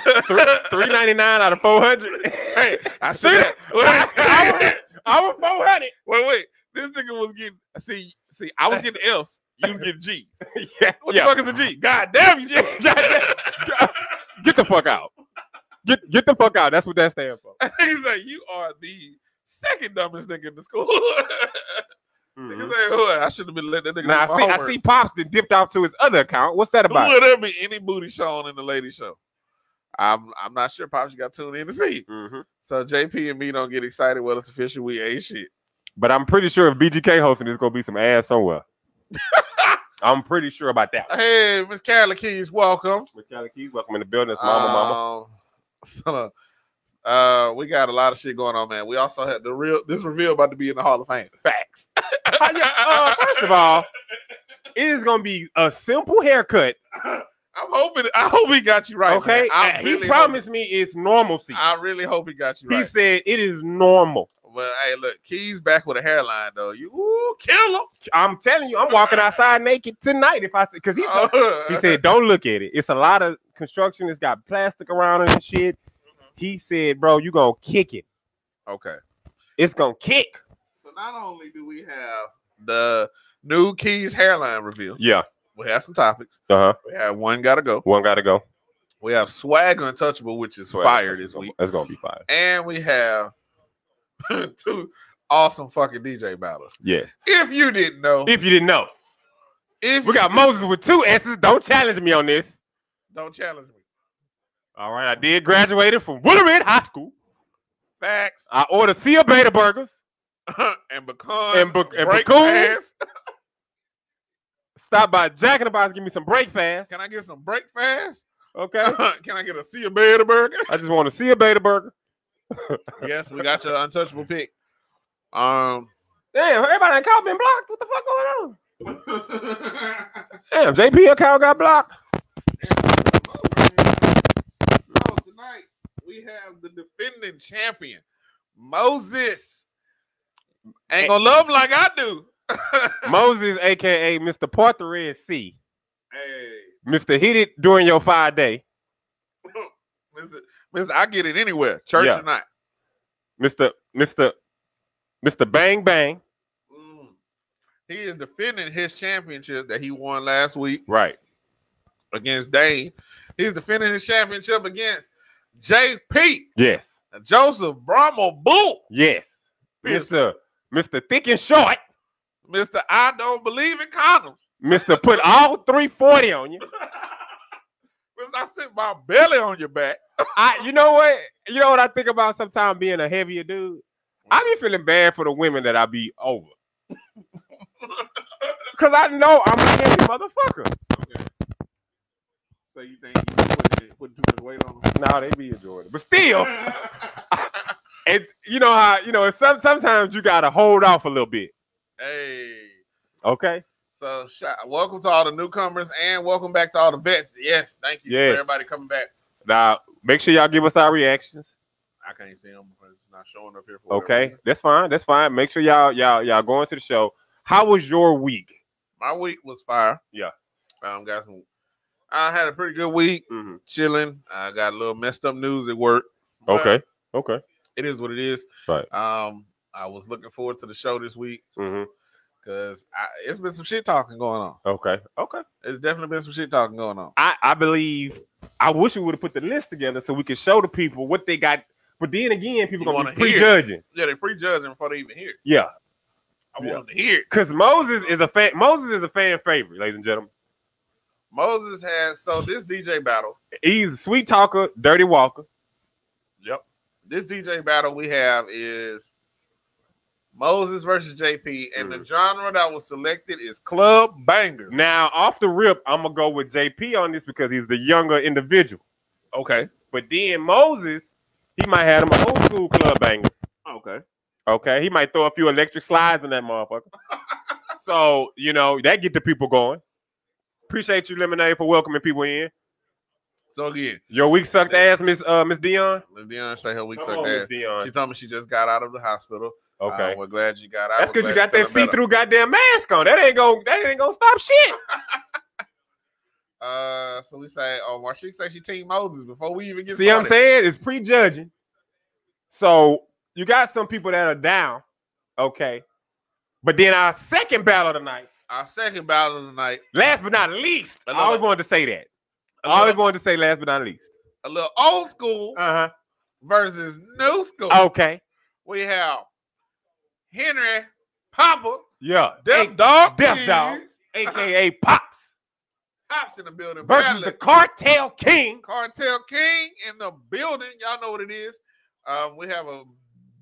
Three ninety nine out of four hundred. hey, I should have. I, I was four hundred. wait, wait. This nigga was getting. See, see, I was getting F's. You was getting G's. Yeah. What yeah. the fuck is a G? God damn you! Get the fuck out. Get get the fuck out. That's what that stands for. He's like, you are the second dumbest nigga in the school. Mhm. Niggas ain't hood. I should have been letting that nigga. Now do my Mm-hmm. I see I homework. see Pops that dipped off to his other account. What's that about? Would there be any booty shown in the lady show? I'm I'm not sure. Pops, you got tuned in to see. Mhm. So JP and me don't get excited. Well, it's official. We ain't shit. But I'm pretty sure if BGK hosting, there's gonna be some ass somewhere. I'm pretty sure about that. Hey, Miss Carla Keys, welcome. Miss Kelly Keys, welcome in the building. It's Mama, Uh, Mama. mama. So, uh, we got a lot of shit going on, man. We also had the real this reveal about to be in the Hall of Fame. Facts. Uh, first of all, it is gonna be a simple haircut. I'm hoping. I hope he got you right. Okay, man. I Uh, really he hope- promised me it's normalcy. I really hope he got you He right. said it is normal. Well, hey, look, Keys back with a hairline though. You ooh, kill him. I'm telling you, I'm walking outside naked tonight. If I because he Uh, Oh, told- he said don't look at it. It's a lot of construction. It's got plastic around it and shit. He said, bro, you gonna kick it. okay. It's gonna kick. So not only do we have the new Keys hairline reveal, Yeah. we have some topics. Uh huh. We have one gotta go. One gotta go. We have Swag Untouchable, which is fire this week, That's gonna be fire. and we have two awesome fucking DJ battles. Yes. If you didn't know, If you didn't know, if we you- got Moses with two S's. Don't challenge me on this. don't challenge me. All right, I did graduated from Woodland High School. Facts I ordered Sia Beta burgers. and pecan And bec- and break pecan? fast. Stop by Jack in the Box, give me some breakfast. Can I get some break fast? Okay. Can I get a see a beta burger? I just want to see a beta burger. yes, we got your untouchable pick. Um, Damn, everybody account been blocked. What the fuck going on? Damn, JP account got blocked. so tonight we have the defending champion, Moses. Ain't gonna love him like I do. Moses, aka Mr. Part the Red Sea. hey, Mr. Hit It during your five day. listen, listen, I get it anywhere, church Yeah. or not. Mr. Mr. Mr. Bang Bang. Mm. He is defending his championship that he won last week. Right. against Dane. He's defending his championship against JP Yes. Joseph Bromo Boo, Yes. Yes. Mr. Mr. Thick and Short. Mr. I Don't Believe in Condoms. Mr. Put all 340 on you. Mr. I sit my belly on your back. I you know what? You know what I think about sometimes being a heavier dude? I be feeling bad for the women that I be over. Cause I know I'm a heavy motherfucker. So you think you putting, putting too much weight on him? Nah, they be enjoying it. But still, and you know how you know it's some sometimes you gotta hold off a little bit. hey. Okay. So shout, welcome to all the newcomers and welcome back to all the vets. Yes, thank you Yes. for everybody coming back. Now make sure y'all give us our reactions. I can't see them because it's not showing up here for whatever Okay. reason. That's fine. That's fine. Make sure y'all y'all y'all going to the show. How was your week? My week was fire. Yeah. Um, got some I had a pretty good week. Mm-hmm. chilling. I got a little messed up news at work. but Okay. Okay. It is what it is. Right. Um, I was looking forward to the show this week hmm because it's been some shit talking going on. Okay. Okay. It's definitely been some shit talking going on. I, I believe I wish we would have put the list together so we could show the people what they got. But then again, You people gonna be wanna hear. prejudging. Yeah, they prejudging before they even hear it. Yeah, I Yeah. want them to hear it. because Moses is a fan. Moses is a fan favorite, ladies and gentlemen. Moses has so this DJ battle. He's a sweet talker, dirty walker. Yep. This DJ battle we have is Moses versus JP, and Mm. the genre that was selected is club bangers. Now, off the rip, I'm gonna go with JP on this because he's the younger individual. Okay. But then Moses, he might have him an old school club banger. Okay. Okay, he might throw a few electric slides in that motherfucker. so you know that get the people going. Appreciate you, Lemonade, for welcoming people in. So again, Your weak sucked ass, Miss uh, Miss Dion. Liv Dion say her week Come sucked on, Miss ass. Dion. She told me she just got out of the hospital. Okay. Uh, we're glad you got out. That's We're because you glad got that feeling better. see-through goddamn mask on. That ain't gonna that ain't gonna stop shit. Uh, so we say, oh, Marshique say she team Moses before we even get See what I'm saying? It's prejudging. So you got some people that are down. Okay. But then our second battle tonight, Our second battle of the night, last but not least, I Another- always wanted to say that. I always wanted to say last but not least. a little old school Uh versus new school. huh. Okay. We have Henry Papa, Yeah. Death A- Dog, Death Keys, Dog AKA Pops Pops in the building, versus the Bradley, Cartel King. Cartel King in the building. Y'all know what it is. Um, we have a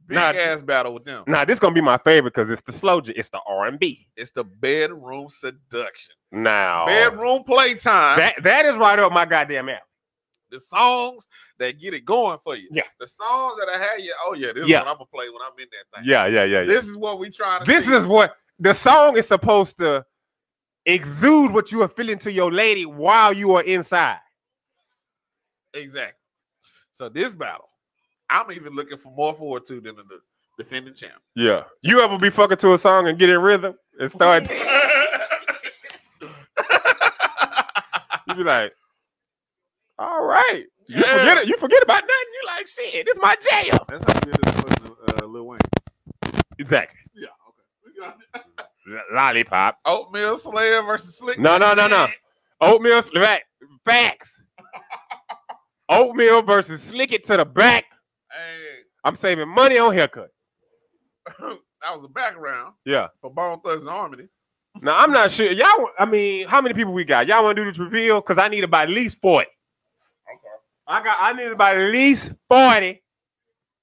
big Nah, ass battle with them. Now this gonna be my favorite because it's the slow. j- It's the R and B. It's the bedroom seduction, Now bedroom playtime. that that is right up my goddamn alley. the songs that get it going for you. Yeah. The songs that I had you. Oh yeah, this Yeah. is what I'm gonna play when I'm in that thing. Yeah, yeah, yeah, yeah. This is what we trying to. this see. is what the song is supposed to exude what you are feeling to your lady while you are inside. exactly. So this battle, I'm even looking for more forward to than the, the defending champ. Yeah. You ever be fucking to a song and get in rhythm and start you be like, all right. You Yeah. forget it. You forget about nothing. You like shit. This my jam. That's how good it was, uh, Lil Wayne. Exactly. Yeah. Okay. Lollipop. Oatmeal Slayer versus Slick. No, no, no, no. Oatmeal sl- fact- facts. Oatmeal versus slick it to the back. Hey, I'm saving money on haircut. that was a background Yeah. for Bone Thugs and Harmony. Now I'm not sure. Y'all, I mean, how many people we got? Y'all want to do this reveal? Cause I need about at least forty. I got. I need about at least forty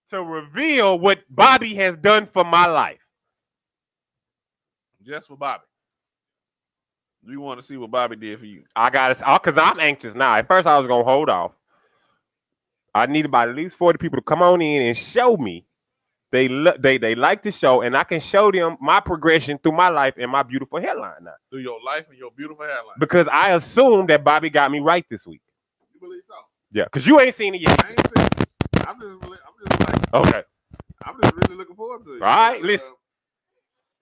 to reveal what Bobby has done for my life. Just for Bobby. You want to see what Bobby did for you? I gotta, s- I- cause I'm anxious now. At first, I was gonna hold off. I need about at least forty people to come on in and show me they lo- they they like the show, and I can show them my progression through my life and my beautiful hairline now. Through your life and your beautiful hairline. Because I assume that Bobby got me right this week. You believe so? Yeah, cause you ain't seen it yet. I ain't seen it. I'm just, really- I'm just like, Okay, I'm just really looking forward to it. All right, listen.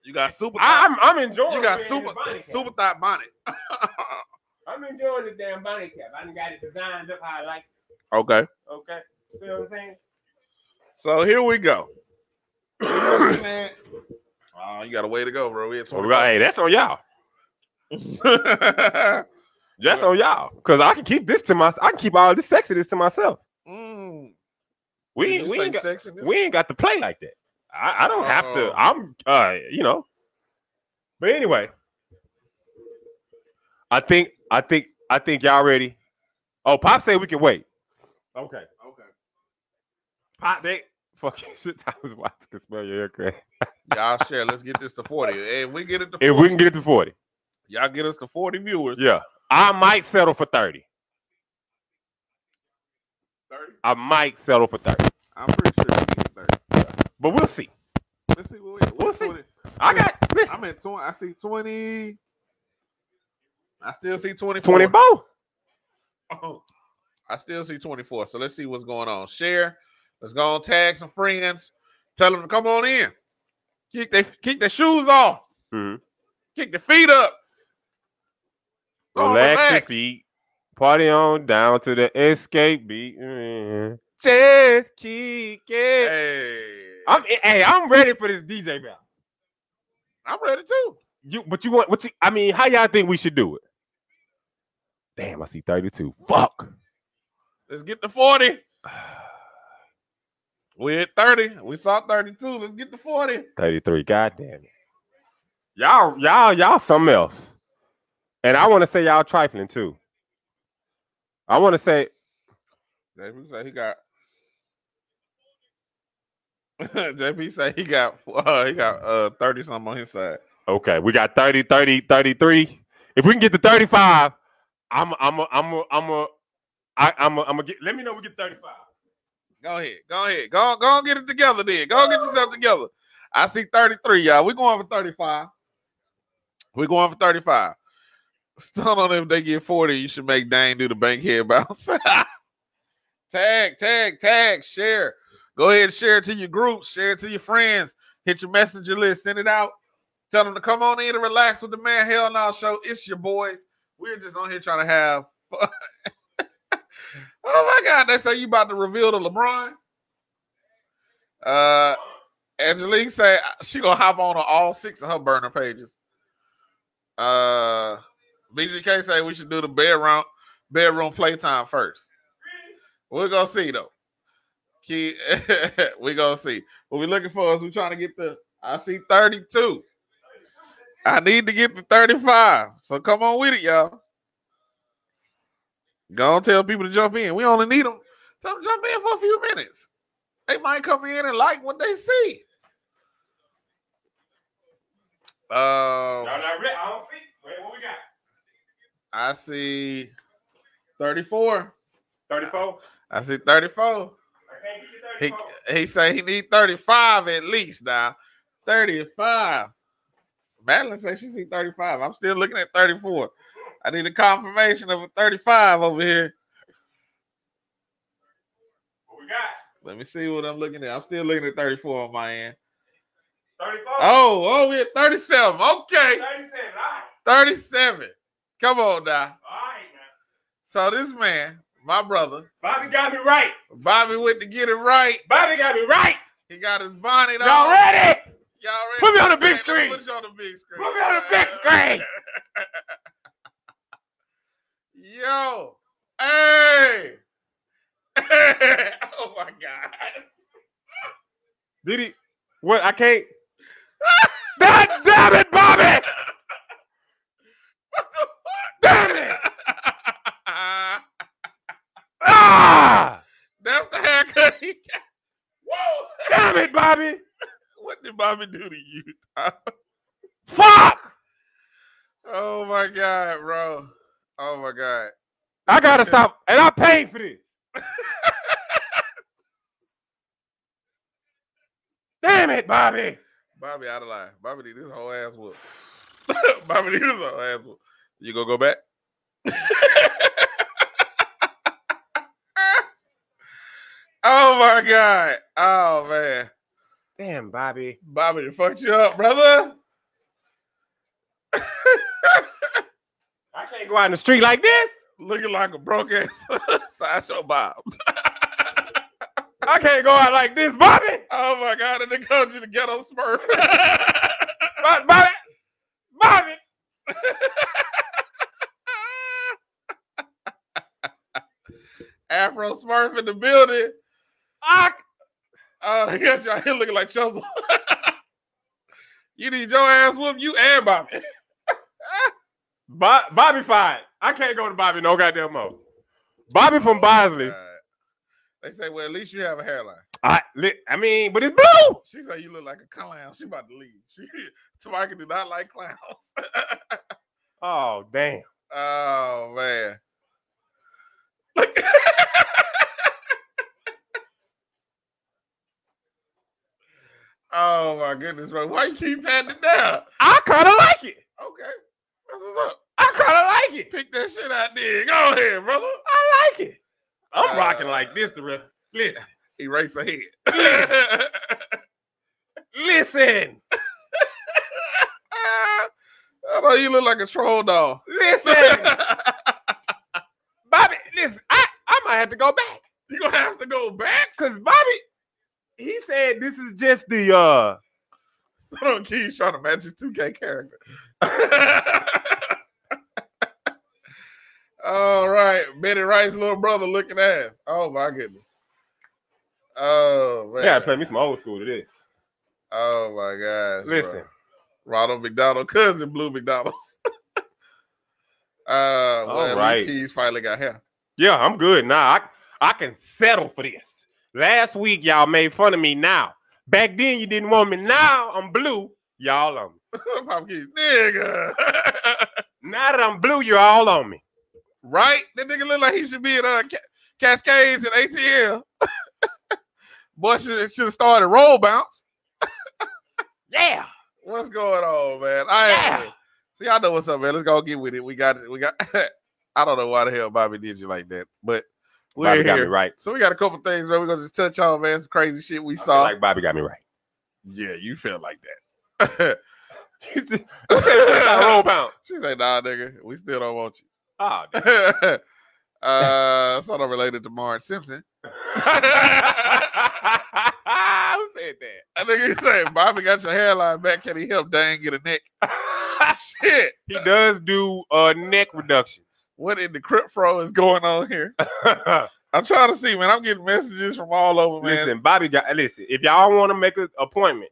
You got super. I, I'm I'm enjoying. you got wearing super this bonnet cap. super thought bonnet. I'm enjoying the damn bonnet cap. I done got it designed up how I like. okay. It. Okay, you know what I'm saying? So here we go. oh, you got a way to go, bro. We at All 20. right, that's on y'all. That's on y'all. Cause I can keep this to my. I can keep all this sexiness to myself. Mm. We Did ain't- you we say ain't got, sex in this? we ain't got to play like that. I, I don't have to. Uh-oh. I'm uh you know. But anyway, I think I think I think y'all ready. Oh, Pop said we can wait. Okay. okay. Pop they fucking shit. I was watching I can smell your haircut. Y'all share. Let's get this to 40. And we get it to 40. If we can get it to forty, Y'all get us to 40 viewers. yeah, I might settle for thirty. 30. I might settle for thirty, I'm pretty sure we get 30. but we'll see. Let's see what we at. We'll What's see. 20? I got listen, I'm at 20. I see 20. I still see 24. twenty bow. Oh, I still see 24. So let's see what's going on. Share. Let's go on, tag some friends. Tell them to come on in. Kick their kick their shoes off. Mhm. Kick their feet up. Go on, Relax, your relax. feet. Party on down to the escape beat. Mm. Just kick it. Hey. I'm eh, hey, I'm ready for this DJ battle. I'm ready too. You but you want what you I mean, how y'all think we should do it? Damn, I see 32. Fuck. Let's get to 40. We're at 30. We saw 32. Let's get to 40. 33. God damn it. Y'all, y'all, y'all something else. And I want to say y'all trifling too. I want to say JP said he got. JP said he got uh, he got uh 30 something on his side. Okay, we got 30, 30, 33. If we can get to 35, I'm I'm a, I'm a, I'm a, I, I'm a, I'm a get, let me know we get 35. Go ahead. Go ahead. Go on, go on, get it together then. Go on, get yourself together. I see 33, y'all. We're going for 35. We're going for 35. Still on if they get 40, you should make Dane do the bank head bounce. tag, tag, tag, share. Go ahead and share it to your group, share it to your friends, hit your messenger list, send it out. Tell them to come on in and relax with the man hell now show. It's your boys. We're just on here trying to have fun. oh my god, they say you about to reveal to LeBron. Uh Angelique say she gonna hop on, on all six of her burner pages. Uh BGK say we should do the bedroom bedroom playtime first. We're gonna see though. Key, we're gonna see. What we're looking for is we're trying to get the I see 32. I need to get to 35. So come on with it, y'all. Go on, tell people to jump in. We only need them. Tell them to jump in for a few minutes. They might come in and like what they see. Um, not ready. I don't think. Wait, what we got? I see 34. 34? I see 34. I He he say he need 35 at least now. 35. Madeline say she see 35. I'm still looking at 34. I need a confirmation of a 35 over here. What we got? Let me see what I'm looking at. I'm still looking at 34 on my end. 34? Oh, oh, we're at 37. Okay. 37. All right. 37. Come on now. All right, man. So this man, my brother, Bobby got me right. Bobby went to get it right. Bobby got me right. He got his bonnet on. Y'all ready? Y'all ready? Put me on the big Let's screen. Put you on the big screen. Put me on the big screen. Yo, hey, oh my god, Did he? What? I can't. God damn it, Bobby! Damn it! Ah! that's the haircut he got. Whoa, Damn it, Bobby! what did Bobby do to you? Fuck! oh my god, bro. Oh my god. I gotta stop, and I paid for this. Damn it, Bobby! Bobby out of line. Bobby did this whole ass whoop. Bobby did this whole ass whoop. You gonna go back? oh my god. Oh man. Damn, Bobby! Bobby done fucked you up, brother. I can't go out in the street like this. Looking like a broke ass sideshow Bob. I can't go out like this, Bobby! Oh my god, and they called you the ghetto smurf. Bo- Bobby! Bobby! Afro smurf in the building. I, Oh, they got you out here looking like Chozo. you need your ass whooped, you and Bobby. Bo- Bobby fired. I can't go to Bobby no goddamn more. Bobby from Bosley. God. They say, well, at least you have a hairline. I li- I mean, but it's blue. She said you look like a clown. She about to leave. She Tamika do not like clowns. Oh damn. oh man. Look. oh my goodness, bro. Why you keep patting it down? I kind of like it. Okay. That's what's up. I kind of like it. Pick that shit out there. Go ahead, brother. I like it. I'm Uh, rocking like this. The rest. Listen, Erase her head. listen, I know you look like a troll doll. listen, Bobby. Listen, I I might have to go back you gonna have to go back. because Bobby. He said this is just the uh. So don't keep trying to match his 2K character. All right, Betty Rice's little brother looking ass. Oh my goodness. Oh man. They gotta play me some old school to this. Oh my gosh. bro. Listen, Ronald McDonald cousin Blue McDonald's. uh well, at right. least Keys finally got here. yeah, I'm good now. I I can settle for this. Last week y'all made fun of me. Now back then you didn't want me. Now I'm blue. Y'all on me. Pop Keys, nigga. Now that I'm blue, you're all on me. right? That nigga look like he should be in uh, Ca- Cascades and ATL. Boy should should have started roll bounce. Yeah. What's going on, man? I Yeah. see. I know what's up, man. Let's go get with it. We got it. We got. I don't know why the hell Bobby did you like that, but we're Bobby here. got me right. So we got a couple things, man. We're gonna just touch on, man. Some crazy shit we I feel saw. like Bobby got me right. yeah, you feel like that. roll bounce. she said, "Nah, nigga, we still don't want you." Oh, damn. uh, sort of related to Marge Simpson. Who said I think he said, "Bobby got your hairline back. Can he help Dang get a neck?" Ah, that? shit, he does do uh neck reductions. what in the crypt fro is going on here? I'm trying to see, man. I'm getting messages from all over, man. Listen, Bobby got listen. If y'all want to make an appointment,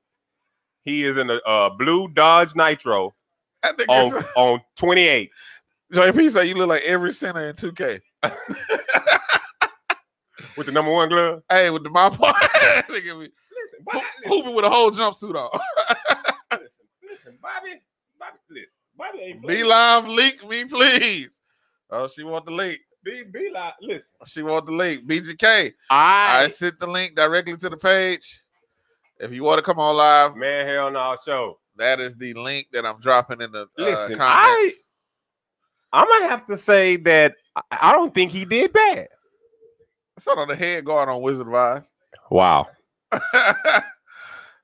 he is in a uh, blue Dodge Nitro I think on it's- on 28. JP say you look like every center in 2K. with the number one glove. Hey, with the my part, nigga, we- Ho- hooping with a whole jumpsuit on. Listen, listen, Bobby, Bobby, listen, Bobby ain't Be live, leak me, please. Oh, she want the link. Be, be like, listen. She want the link. BGK. I I sent the link directly to the page. If you want to come on live, man, hell no show. that is the link that I'm dropping in the uh, Listen, comments. I- I'm gonna have to say that I, I don't think he did bad. It's on the head guard on Wizard of Oz. Wow,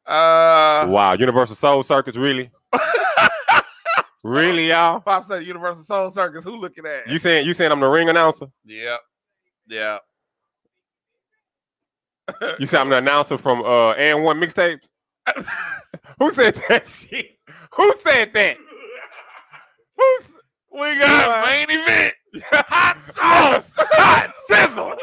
uh, wow, Universal Soul Circus, really, really, y'all. Pop said Universal Soul Circus. Who looking at? You saying you saying I'm the ring announcer? Yep. Yeah. You say I'm the announcer from uh and one mixtape? Who said that shit? Who said that? Who's We got Boy. main event. hot sauce? Hot sizzle.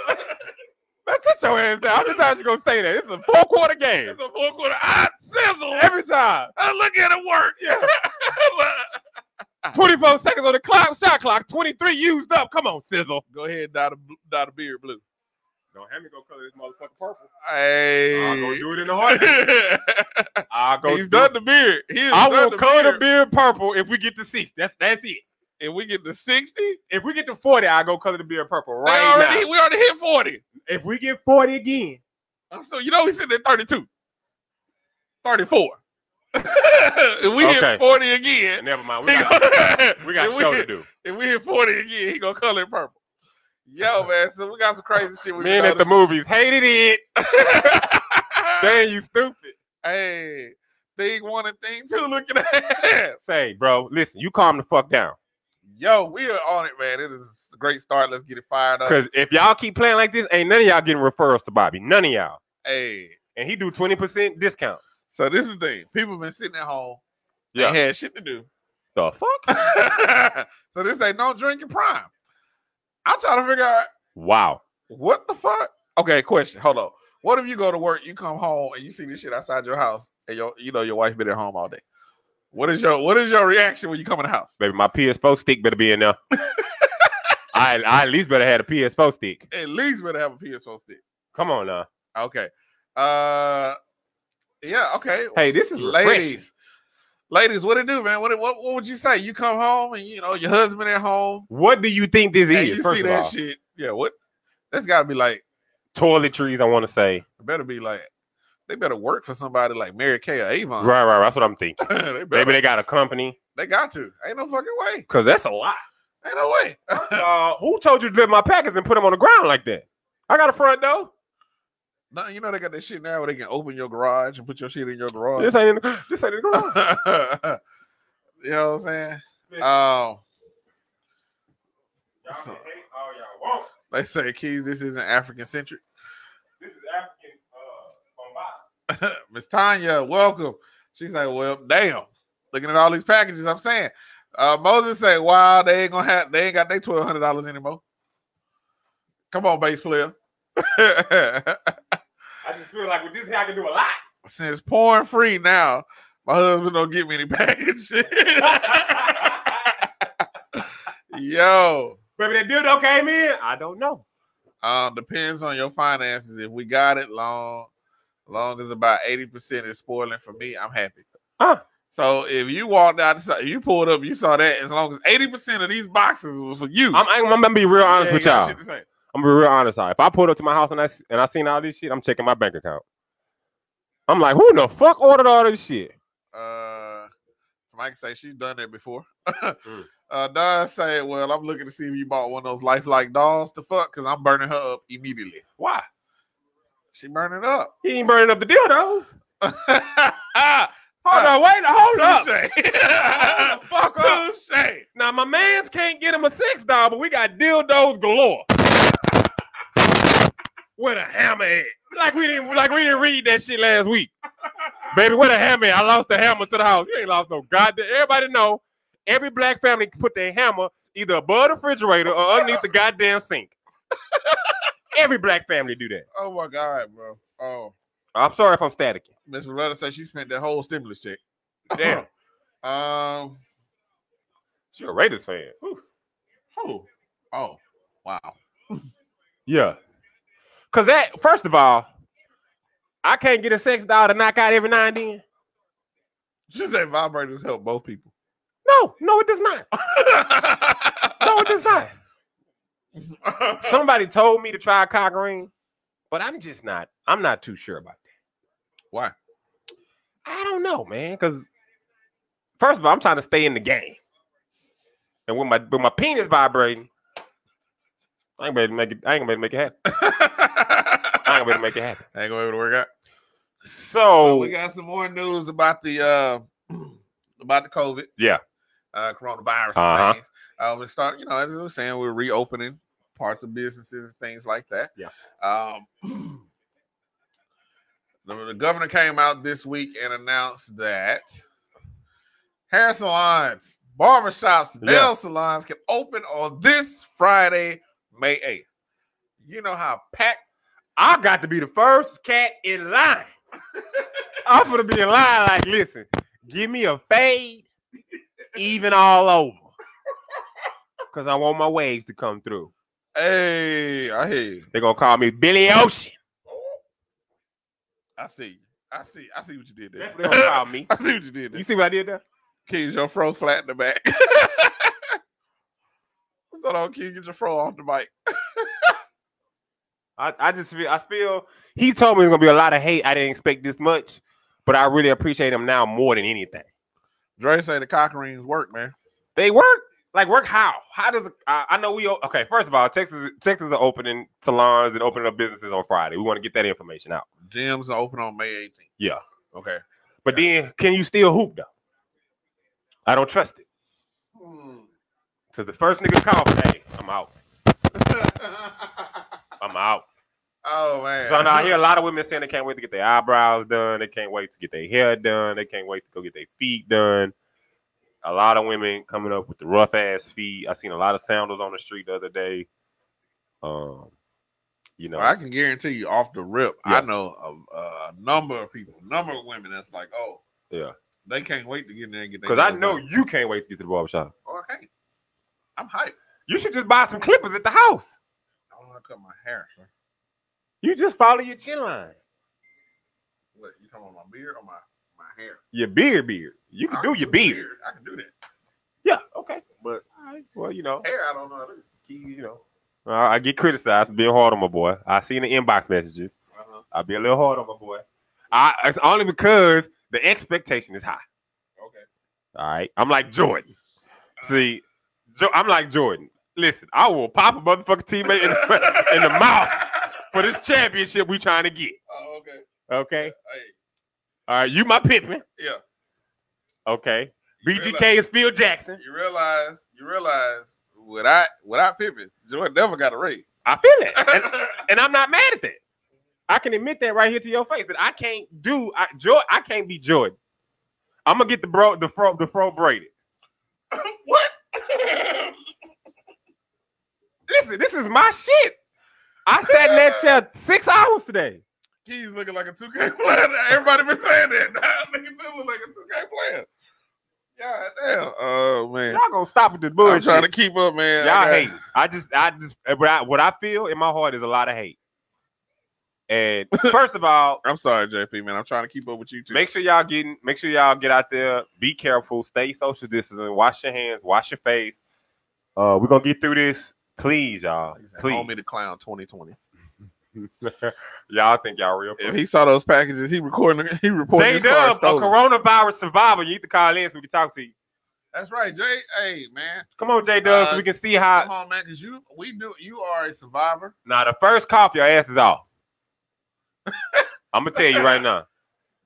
Man, sit your ass down. How many times you gonna say that? It's a four quarter game. It's a four quarter hot sizzle. Every time. I look at it work. Yeah. 24 seconds on the clock, shot clock, 23 used up. Come on, sizzle. Go ahead, dot a, dot a beard blue. Don't have me go color this motherfucker purple. I'm gonna Hey. do it in the heartbeat. I'll go He's do done it. the beard. He is done I will the color the beard. beard purple if we get to six. That's that's it. And we get to 60. If we get to 40, I'll go color the beard purple They right already, now. We already hit 40. If we get 40 again, I'm So you know he's sitting at 32. 34. if we Okay. hit 40 again. never mind. We he got, gonna- we got if show to hit, do. If we hit 40 again, he gonna color it purple. Yo, man, so we got some crazy shit. We Men been at the movies hated it. noticing. Dang, you stupid. hey, thing one and thing two, look at that. Say, bro, listen, you calm the fuck down. Yo, we are on it, man. It is a great start. Let's get it fired up. Because if y'all keep playing like this, ain't none of y'all getting referrals to Bobby. None of y'all. Hey, And he do 20% discount. so this is the thing. People been sitting at home. Yeah. They had shit to do. The fuck? so this ain't no drinking prime. I'm trying to figure out Wow. what the fuck. Okay, question. Hold on. What if you go to work, you come home, and you see this shit outside your house, and your you know your wife been at home all day? What is your what is your reaction when you come in the house? Baby, my PS4 stick better be in there. I, I at least better have a PS4 stick. At least better have a PSO stick. Come on now. Okay. Uh yeah, okay. Hey, this is ladies. ladies. Ladies, what it do, man? What, it- what what would you say? You come home and you know your husband at home What do you think this and is? you First see of that all, shit. Yeah, what that's gotta be like toiletries, I want to say. It better be like they better work for somebody like Mary Kay or Avon. Right, right, right. That's what I'm thinking. they better, Maybe they got a company. they got to. Ain't no fucking way. Because that's a lot. Ain't no way. Uh, who told you to lift my packets and put them on the ground like that? I got a front door. no, you know they got that shit now where they can open your garage and put your shit in your garage. This ain't in the, this ain't in the you garage. know what I'm saying? Um, Y'all can hate all y'all want. they say, Keys, this isn't African centric. This is African uh, Miss Tanya, welcome. She's like, well, damn. Looking at all these packages, I'm saying. Uh, Moses say, wow, they ain't gonna have, they ain't got their twelve hundred dollars anymore. Come on, bass player. I just feel like with this, I can do a lot. Since porn free now, my husband don't get me any package. Yo, Baby, that dildo came in. I don't know. um, depends on your finances. If we got it long, long as about eighty percent is spoiling for me, I'm happy. Huh. So if you walked out, if you pulled up, you saw that. As long as eighty percent of these boxes was for you, I'm, I'm, I'm gonna be real honest you with ain't got y'all. shit to say. I'm gonna be real honest. All right. If I pulled up to my house and I s- and I seen all this shit, I'm checking my bank account. I'm like, who the fuck ordered all this shit? Uh, somebody can say she's done that before. Mm. Uh, Don said, "Well, I'm looking to see if you bought one of those lifelike dolls to fuck, because I'm burning her up immediately. Why? She burning up. He ain't burning up the dildos. Hold Huh. on, wait, hold uh, up. Hold the Touche. fuck up. Touche. Now my man's can't get him a sex doll, but we got dildos galore. With a hammer at? Like we didn't like we didn't read that shit last week. Baby, what a hammer at? I lost the hammer to the house. You ain't lost no goddamn everybody know every black family can put their hammer either above the refrigerator or underneath the goddamn sink. Every black family do that. Oh my god, bro. Oh, I'm sorry if I'm static. Miss Loretta said she spent that whole stimulus check. Damn, Um. she a Raiders fan. Oh. Oh. Wow. Yeah. Cause that first of all, I can't get a sex doll to knock out every now and then. She said vibrators help both people. No, no, it does not. No, it does not. Somebody told me to try a cock ring, but I'm just not. I'm not too sure about that. Why? I don't know, man. Because first of all, I'm trying to stay in the game, and when my when my penis vibrating, I ain't gonna be able to make it. I ain't gonna be able to make it happen. I ain't gonna be able to make it happen. Ain't gonna be able to work out. So So we got some more news about the uh about the COVID. Yeah. Uh coronavirus Uh-huh. and things. Uh we start, you know, as I was saying, we're reopening parts of businesses and things like that. Yeah. Um the, the governor came out this week and announced that hair salons, barbershops, Yeah. nail salons can open on this Friday, May 8th. You know how packed I got to be the first cat in line. I'm gonna be in line. Like, listen, give me a fade, even all over, because I want my waves to come through. hey, I hear you. They're gonna call me Billy Ocean. I see. you. I see. I see what you did That's there. what they're gonna call me. I see what you did there. You see what I did there? Kids, your fro flat in the back. Hold on, kid. Get your fro off the mic. I, I just feel I feel he told me there's gonna be a lot of hate. I didn't expect this much, but I really appreciate him now more than anything. Dre say the cock rings work, man. They work like work how? How does I, I know we o- okay? First of all, Texas Texas are opening salons and opening up businesses on Friday. We want to get that information out. Gyms are open on May 18th. Yeah, Okay. but then can you still hoop though? I don't trust it. Cause the first nigga call, hey, I'm out. I'm out. oh man. So now I hear a lot of women saying they can't wait to get their eyebrows done. They can't wait to get their hair done. They can't wait to go get their feet done. A lot of women coming up with the rough ass feet. I seen a lot of sandals on the street the other day. Um, you know, Well, I can guarantee you, off the rip, Yeah. I know a, a number of people, number of women that's like, oh, Yeah. they can't wait to get in there and get. their because I nails know done. you can't wait to get to the barbershop. Or I can't. I'm hyped. You should just buy some clippers at the house. I don't want to cut my hair. Sir. You just follow your chin line, What you talking about? My beard or my my hair? your beard, beard. You I can do your beard. I can do that. Yeah, okay. But All right. Well, you know, hair, I don't know. How to do. you know, I I get criticized for being hard on my boy. I seen the inbox messages. Uh-huh. I'll be a little hard on my boy. I it's only because the expectation is high. Okay. All right. I'm like Jordan. See, jo- I'm like Jordan. Listen, I will pop a motherfucking teammate in the, in the mouth for this championship we trying to get. Oh, okay. Okay. Hey, All right. You my Pippin. yeah. Okay. BGK is Phil Jackson. You realize, you realize, without without Pippen, Jordan never got a ring. I feel it. And, and I'm not mad at that. I can admit that right here to your face that I can't do I Jordan, I can't be Jordan. I'm gonna get the bro the fro the fro braided. what? Listen, this is my shit. I sat in that chair six hours today. He's looking like a two K player. Everybody been saying that. Nah, nigga do look like a two K player. God damn. Oh man. Y'all gonna stop with this I'm bullshit. trying to keep up, man. I Y'all got- hate. I just, I just, what I, what I feel in my heart is a lot of hate. And first of all, I'm sorry, JP, man. I'm trying to keep up with you too. make sure y'all getting, make sure y'all get out there. Be careful. Stay social distancing. Wash your hands. Wash your face. Uh, we're gonna get through this. Please, y'all. Call me Please. the clown 2020. y'all think y'all real. If he saw those packages, he recording. He reporting. J his car Dub, a stolen. coronavirus survivor. You need to call in so we can talk to you. That's right, Jay. Hey, man, Come on, J Dub, so Uh, we can see how. come on, man, because you we do you are a survivor. Now the first cough, your ass is off. I'm gonna tell you right now.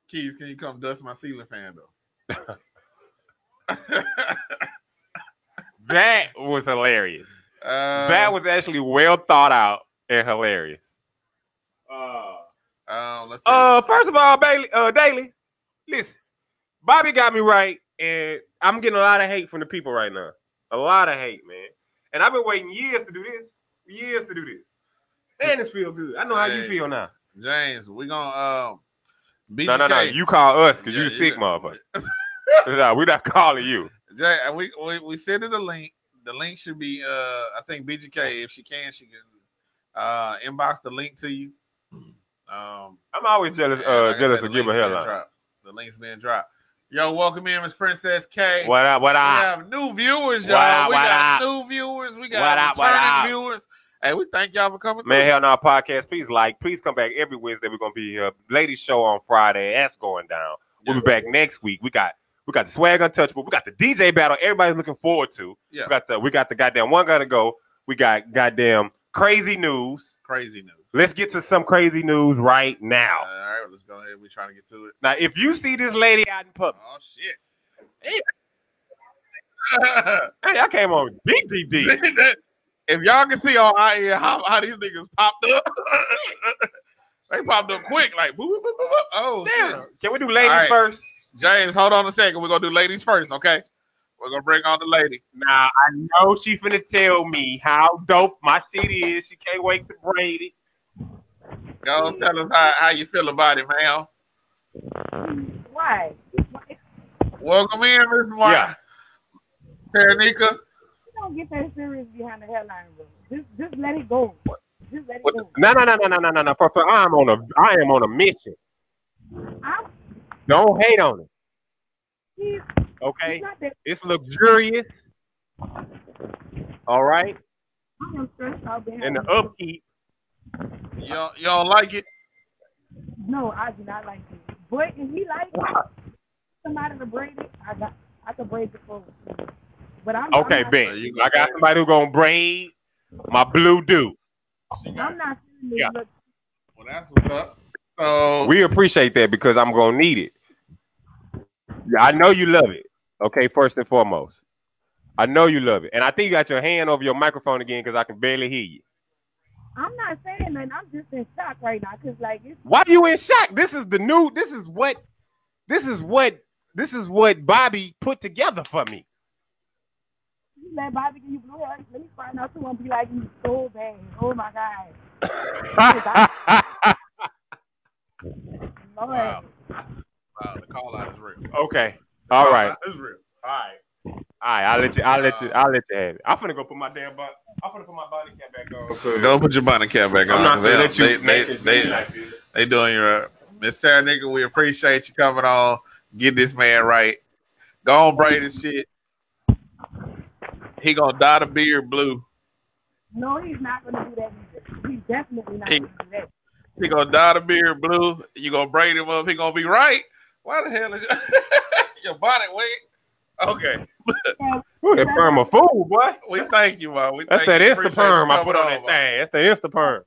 Keys, can you come dust my ceiling fan though? That was hilarious. Uh, that was actually well thought out and hilarious. Um, let's see. Uh, first of all, Bailey, uh, Daily, listen, Bobby got me right, and I'm getting a lot of hate from the people right now. A lot of hate, man. And I've been waiting years to do this, years to do this. Man, this feel good. I know how you Hey. feel now. James, we gonna um. BGK, No, no, no. You call us because you Yeah, the you sick the- motherfucker. no, we're not calling you. Jay, and we, we we sent her the link. The link should be uh I think BGK if she can she can uh inbox the link to you. Um I'm always jealous. and Uh, like I jealous said, of the link's giving been hairline. dropped. The link's been dropped. Yo, welcome in, Miss Princess K. What up? What We up? have new viewers, What y'all. up, we what got up? new viewers. We What got up, what up? returning viewers. Hey, we thank y'all for coming. Man, through. hell no podcast. Please like, please come back every Wednesday. We're gonna be here. Ladies show on Friday. That's going down. We'll be back next week. We got we got the swag untouchable. We got the DJ battle. Everybody's looking forward to. Yeah. We got the we got the goddamn one gotta go. We got goddamn crazy news. Crazy news. Uh, Let's get to some crazy news right now. All right, let's go ahead. We trying to get to it. Now, if you see this lady out in public, Oh shit. hey, I came on deep, deep, deep. if y'all can see on our end how, how these niggas popped up, they popped up quick, like boop, boop, boop, boop, boop. Oh, shit. Damn. Can we do ladies All right. first? James, hold on a second. We're gonna do ladies first, okay? We're gonna bring on the lady. Now I know she finna tell me how dope my shit is. She can't wait to braid it. Go Mm-hmm. on, tell us how, how you feel about it, ma'am. Why? Why? You Welcome in, Miss Martin. Yeah. Taranika. don't get that serious behind the headline, bro. Just, just let it go. Just let it What go. No, no, no, no, no, no, no, no. For, for I'm on a I am on a mission. I'm, Don't hate on it. he's, he's Okay. not that. It's luxurious. All right. I am stressed out behind And the him. upkeep. You don't, you don't like it? No, I do not like it. But if he likes it, somebody to braid it, I got, I can braid it for him. But I'm, Okay, I'm not, Ben. I got somebody who gonna braid my blue do. I'm not feeling this Yeah. look. Well, that's what's up. So We appreciate that because I'm gonna need it. Yeah, I know you love it. Okay, first and foremost, I know you love it, and I think you got your hand over your microphone again because I can barely hear you. I'm not saying nothing. I'm just in shock right now because, like, it's Why are you in shock? This is the new. This is what. This is what. This is what Bobby put together for me. you let Bobby give you blue hair. Let me find out someone be like you so bad. Oh my God, Lord. Wow. wow, the call out is real. okay. All right. It's real. All right. All right. I'll let you. I'll let you. I'll let you have it. I'm finna go put my damn. Bo- I'm finna put my body cap back on. 'cause Don't put your bonnet cap back on. I'm not They- gonna let you they- make they- it they- seem like this. They doing you right. Miss Sarah nigga, we appreciate you coming on. Get this man right. Go on braid his shit. He gonna dye the beard blue. No, he's not gonna do that either. He's definitely not Hey. gonna do that. He gonna dye the beard blue. You gonna braid him up. He gonna be right. Why the hell is your bonnet wet? Okay, Ooh, that perm a fool, boy. we thank you, man. We That's thank that you. Insta Appreciate perm you I put on coming that thing. That's the Insta perm.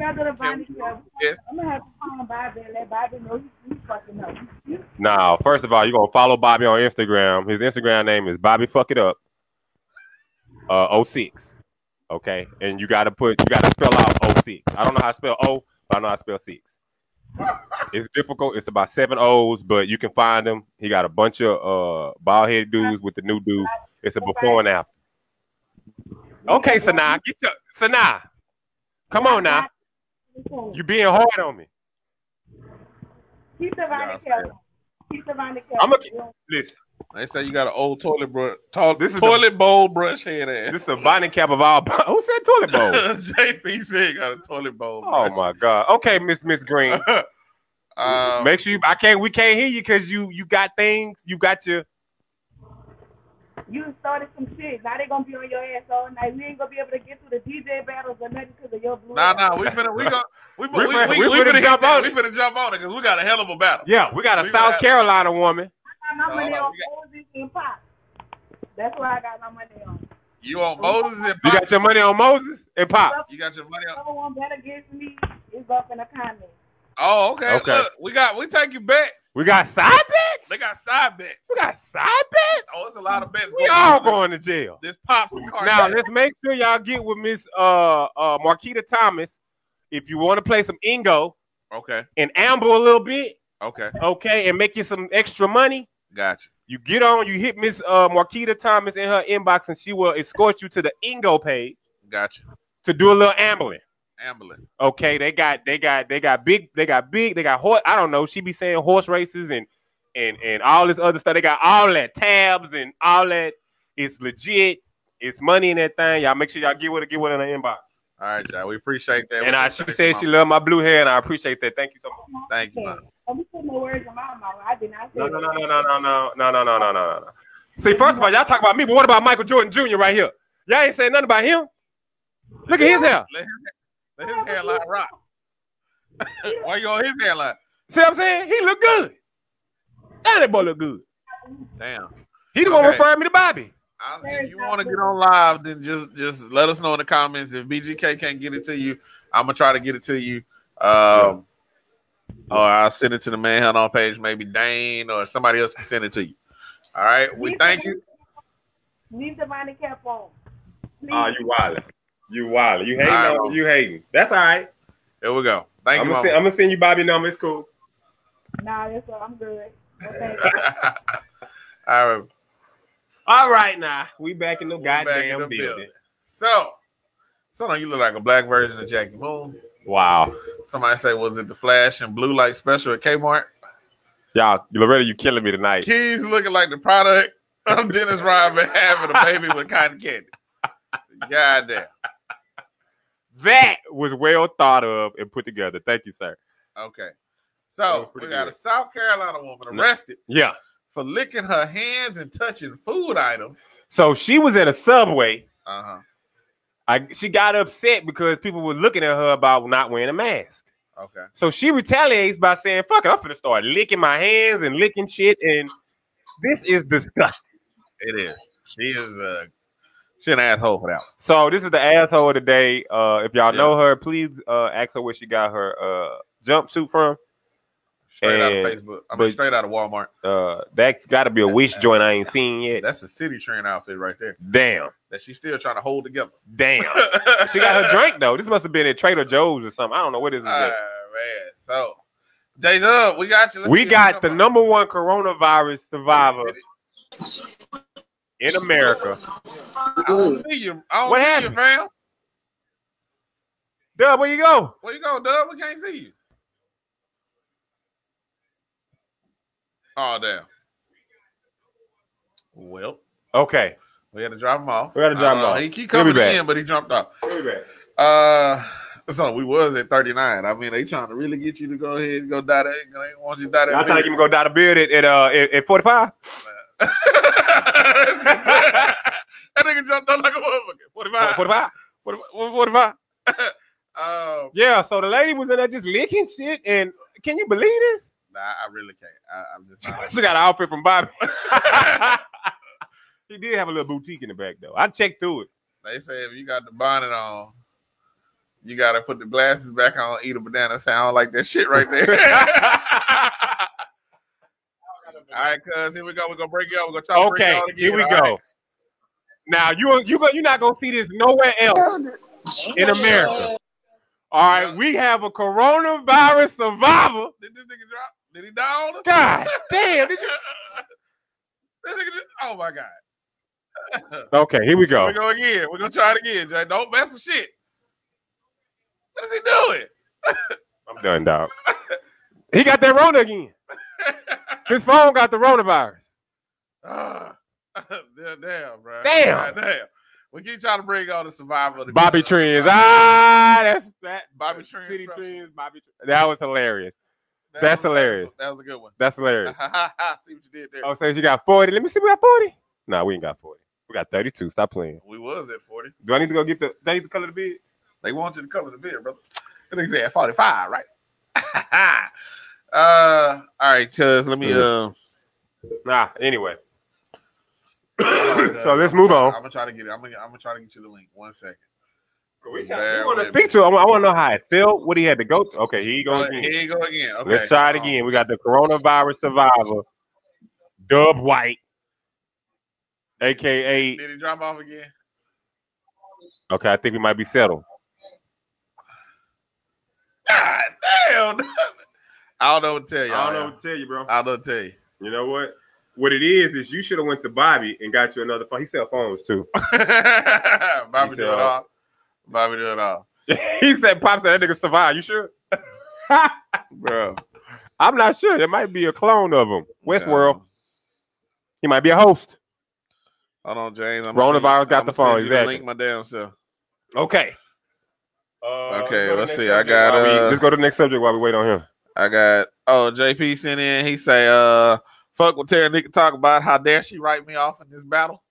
Tell the Bobby, I'm Yes. gonna have to call Bobby and let Bobby know he's, he's fucking up. He's Now, first of all, you're gonna follow Bobby on Instagram. His Instagram name is Bobby Fuck It Up. Uh 06. Okay. And you gotta put you gotta spell out 06. I don't know how to spell O, but I know how to spell six. It's difficult. It's about seven O's, but you can find him. He got a bunch of uh bald head dudes with the new dude. It's a before and after. Okay, Sanaa, get your Sanaa. Come on now. You being hard on me. Keep the Bobby Yeah, Kelly. Keep the Bobby Kelly. I'ma keep- Listen. They say you got an old toilet brush, tall, This is toilet bowl brush head ass. This is the bonnet cap of all. bon- Who said toilet bowl? JP said got a toilet bowl. Oh my god. Okay, Miss Miss Green. my! Make sure you. I can't. We can't hear you because you you got things. You got your. You started some shit. Now they gonna be on your ass all night. We ain't gonna be able to get through the DJ battles or nothing because of your blue. Nah, hair. nah, we finna we go we we, We we, finna- we, we finna finna hit jump that. on We it. finna jump on it because we got a hell of a battle. Yeah, we got a We South got- Carolina woman. I got my money Nah, nah, on we got- Moses and Pop. That's why I got my money on. You want Moses and You Pop? got your money on Moses and Pop. You got your money on. Someone better get me is up in the comments. Oh, okay. Okay. Look, we got we taking bets. We got side bets. They got side bets. We got side bets. Oh, it's a lot of bets. We all going to jail. This pops and card. Now let's make sure y'all get with Miss uh uh Marquita Thomas. If you want to play some Ingo okay, and amble a little bit, okay, okay, and make you some extra money. got you. You get on, you hit Miss uh, Marquita Thomas in her inbox, and she will escort you to the Ingo page Got you. to do a little ambling. Ambulance. Okay, they got they got they got big they got big they got horse. I don't know. She be saying horse races and and and all this other stuff. They got all that tabs and all that. It's legit. It's money in that thing. Y'all make sure y'all get with it. Get with it in the inbox. All right, y'all. We appreciate that. And I, she Thank you, said Mama. she loved my blue hair, and I appreciate that. Thank you so much. Thank you, Mama. I'm just putting no words in my mouth. I did not say No, no, no, no, no, no, no, no, no, no, no, no, no. See, first of all, y'all talk about me, but what about Michael Jordan Jr. right here? Y'all ain't saying nothing about him. Look at his hair. Let his, let his hairline rock. Why you on his hairline? See what I'm saying? He look good. Now that boy look good. Damn. He the one Okay. referring me to Bobby. I, if you want to get on live, then just just let us know in the comments. If BGK can't get it to you, I'm gonna try to get it to you. Um, or I'll send it to the manhunt on page. Maybe Dane or somebody else can send it to you. All right. We thank you. Leave the money cap on. Please. Ah, you wildin'. You wildin'. You All right, hating on Mama. you hating. That's all right. Here we go. Thank I'm you, gonna, send, Mama. I'm gonna send you Bobby number. It's cool. Nah, that's all. I'm good. Okay. All right. All right now. We back in the back goddamn in the building. building. So, so now you look like a black version of Jackie Moon. Wow. Somebody say, was it the flash and blue light special at Kmart? Y'all, Loretta, you killing me tonight. Keys looking like the product of Dennis Rodman having a baby with cotton candy. Goddamn. That was well thought of and put together. Thank you, sir. Okay. That was So we pretty got good. a South Carolina woman No. arrested Yeah. for licking her hands and touching food items. So she was at a subway. Uh I, she got upset because people were looking at her about not wearing a mask. huh. Okay. So she retaliates by saying, "Fuck it, I'm gonna start licking my hands and licking shit." And this is disgusting. It is. She is uh she an asshole for that. one. So this is the asshole of the day. Uh, if y'all Yeah. know her, please uh, ask her where she got her uh, jumpsuit from. Straight out And- of Facebook. I mean but- straight out of Walmart. Uh, that's got to be a wish joint I ain't seen yet. That's a city train outfit right there Damn, that she's still trying to hold together. damn. she got her drink though. This must have been at Trader Joe's or something. I don't know what this is. All at. right, Ah, man. So J Dub, we got you. Let's we see what got the talking number one coronavirus about. survivor in America. I don't see you. I don't What see happened? you, fam. Dub, where you go? Where you going, Dub? We can't see you. Oh damn. Well, Okay. we had to drop him off. We had to drop I don't him know. off. He keep He'll be coming back. in, but he jumped off. Uh, so we was at thirty nine. I mean, they trying to really get you to go ahead and go die that. They want you to die that. Y'all trying to big. get me go down the beard at, at uh at, at 45? that nigga jumped out like a motherfucker. What if I? 45? What if I? What if I? um, Yeah, so the lady was in there just licking shit and can you believe this? nah, I really can't. I, I'm just not. She got an outfit from Bobby. she did have a little boutique in the back though. I checked through it. They say if you got the bonnet on, you gotta put the glasses back on, eat a banana. Sound like that shit right there. All right, cuz here we go. We're gonna break it up. We're gonna try to break it Okay, all again. here we All go. right. Now you you go you're not gonna see this nowhere else in America. All right, Yeah. we have a coronavirus survivor. Did this nigga drop? Did he die on us? God damn! Did you... This nigga just- oh my god. Okay, here we Here go. we go again. We're gonna try it again, Jay. Don't mess with shit. What is he doing? I'm done, dog. He got that Rona again. His phone got the Rona virus. Ah. damn, damn, bro. Damn. damn. We keep trying to bring on the survival. of the Bobby good. Trends. Ah, that's that. Bobby Trends City Structures. Trends, Bobby Trends. That was hilarious. That That's was- hilarious. That was a good one. That's hilarious. See what you did there. Oh, so you got 40. Let me see. We got 40. No, we ain't got 40. We got 32. Stop playing. We was at 40. Do I need to go get the? Do I need to color the beard? They want you to cover the beer, brother. That nigga said 45, right? uh, all right, cuz let me uh Nah. Anyway. so uh, Mm. let's move I'm on. gonna try to get it. I'm gonna I'm gonna try to get you the link. One second. We Bear want to with me. speak to. Him. I want to know how it felt. What he had to go through. Okay, here you Um, go So, again. Here you go again. Okay, Let's try it hold on. again. We got the coronavirus survivor, Dub White, aka. Did he drop off again? Okay, I think we might be settled. God damn. I don't know what to tell you. I don't know. what to tell you, bro. I don't know what to tell you. You know what? What it is is you should have went to Bobby and got you another phone. He sell phones too. Bobby He do it said- all. Bobby do it all. he said, "Pop said that nigga survived. You sure, bro? I'm not sure. There might be a clone of him. Westworld. He might be a host. Hold on, James. I'm Coronavirus got the phone, exactly. Link my damn self. Okay. Uh, Okay, let's see. I got, uh, let's go to the next subject while we wait on him. I got oh JP sent in. He say, uh, fuck what Terry Nick talk about. How dare she write me off in this battle?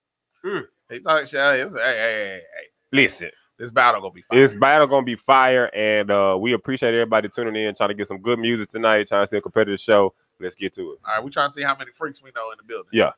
Mm. He talking shit. Hey, it's- hey, hey, hey, hey, Listen, this battle gonna be fun. this battle gonna be fire, and uh, we appreciate everybody tuning in, trying to get some good music tonight, trying to see a competitive show. Let's get to it. All right, we trying to see how many freaks we know in the building. Yeah.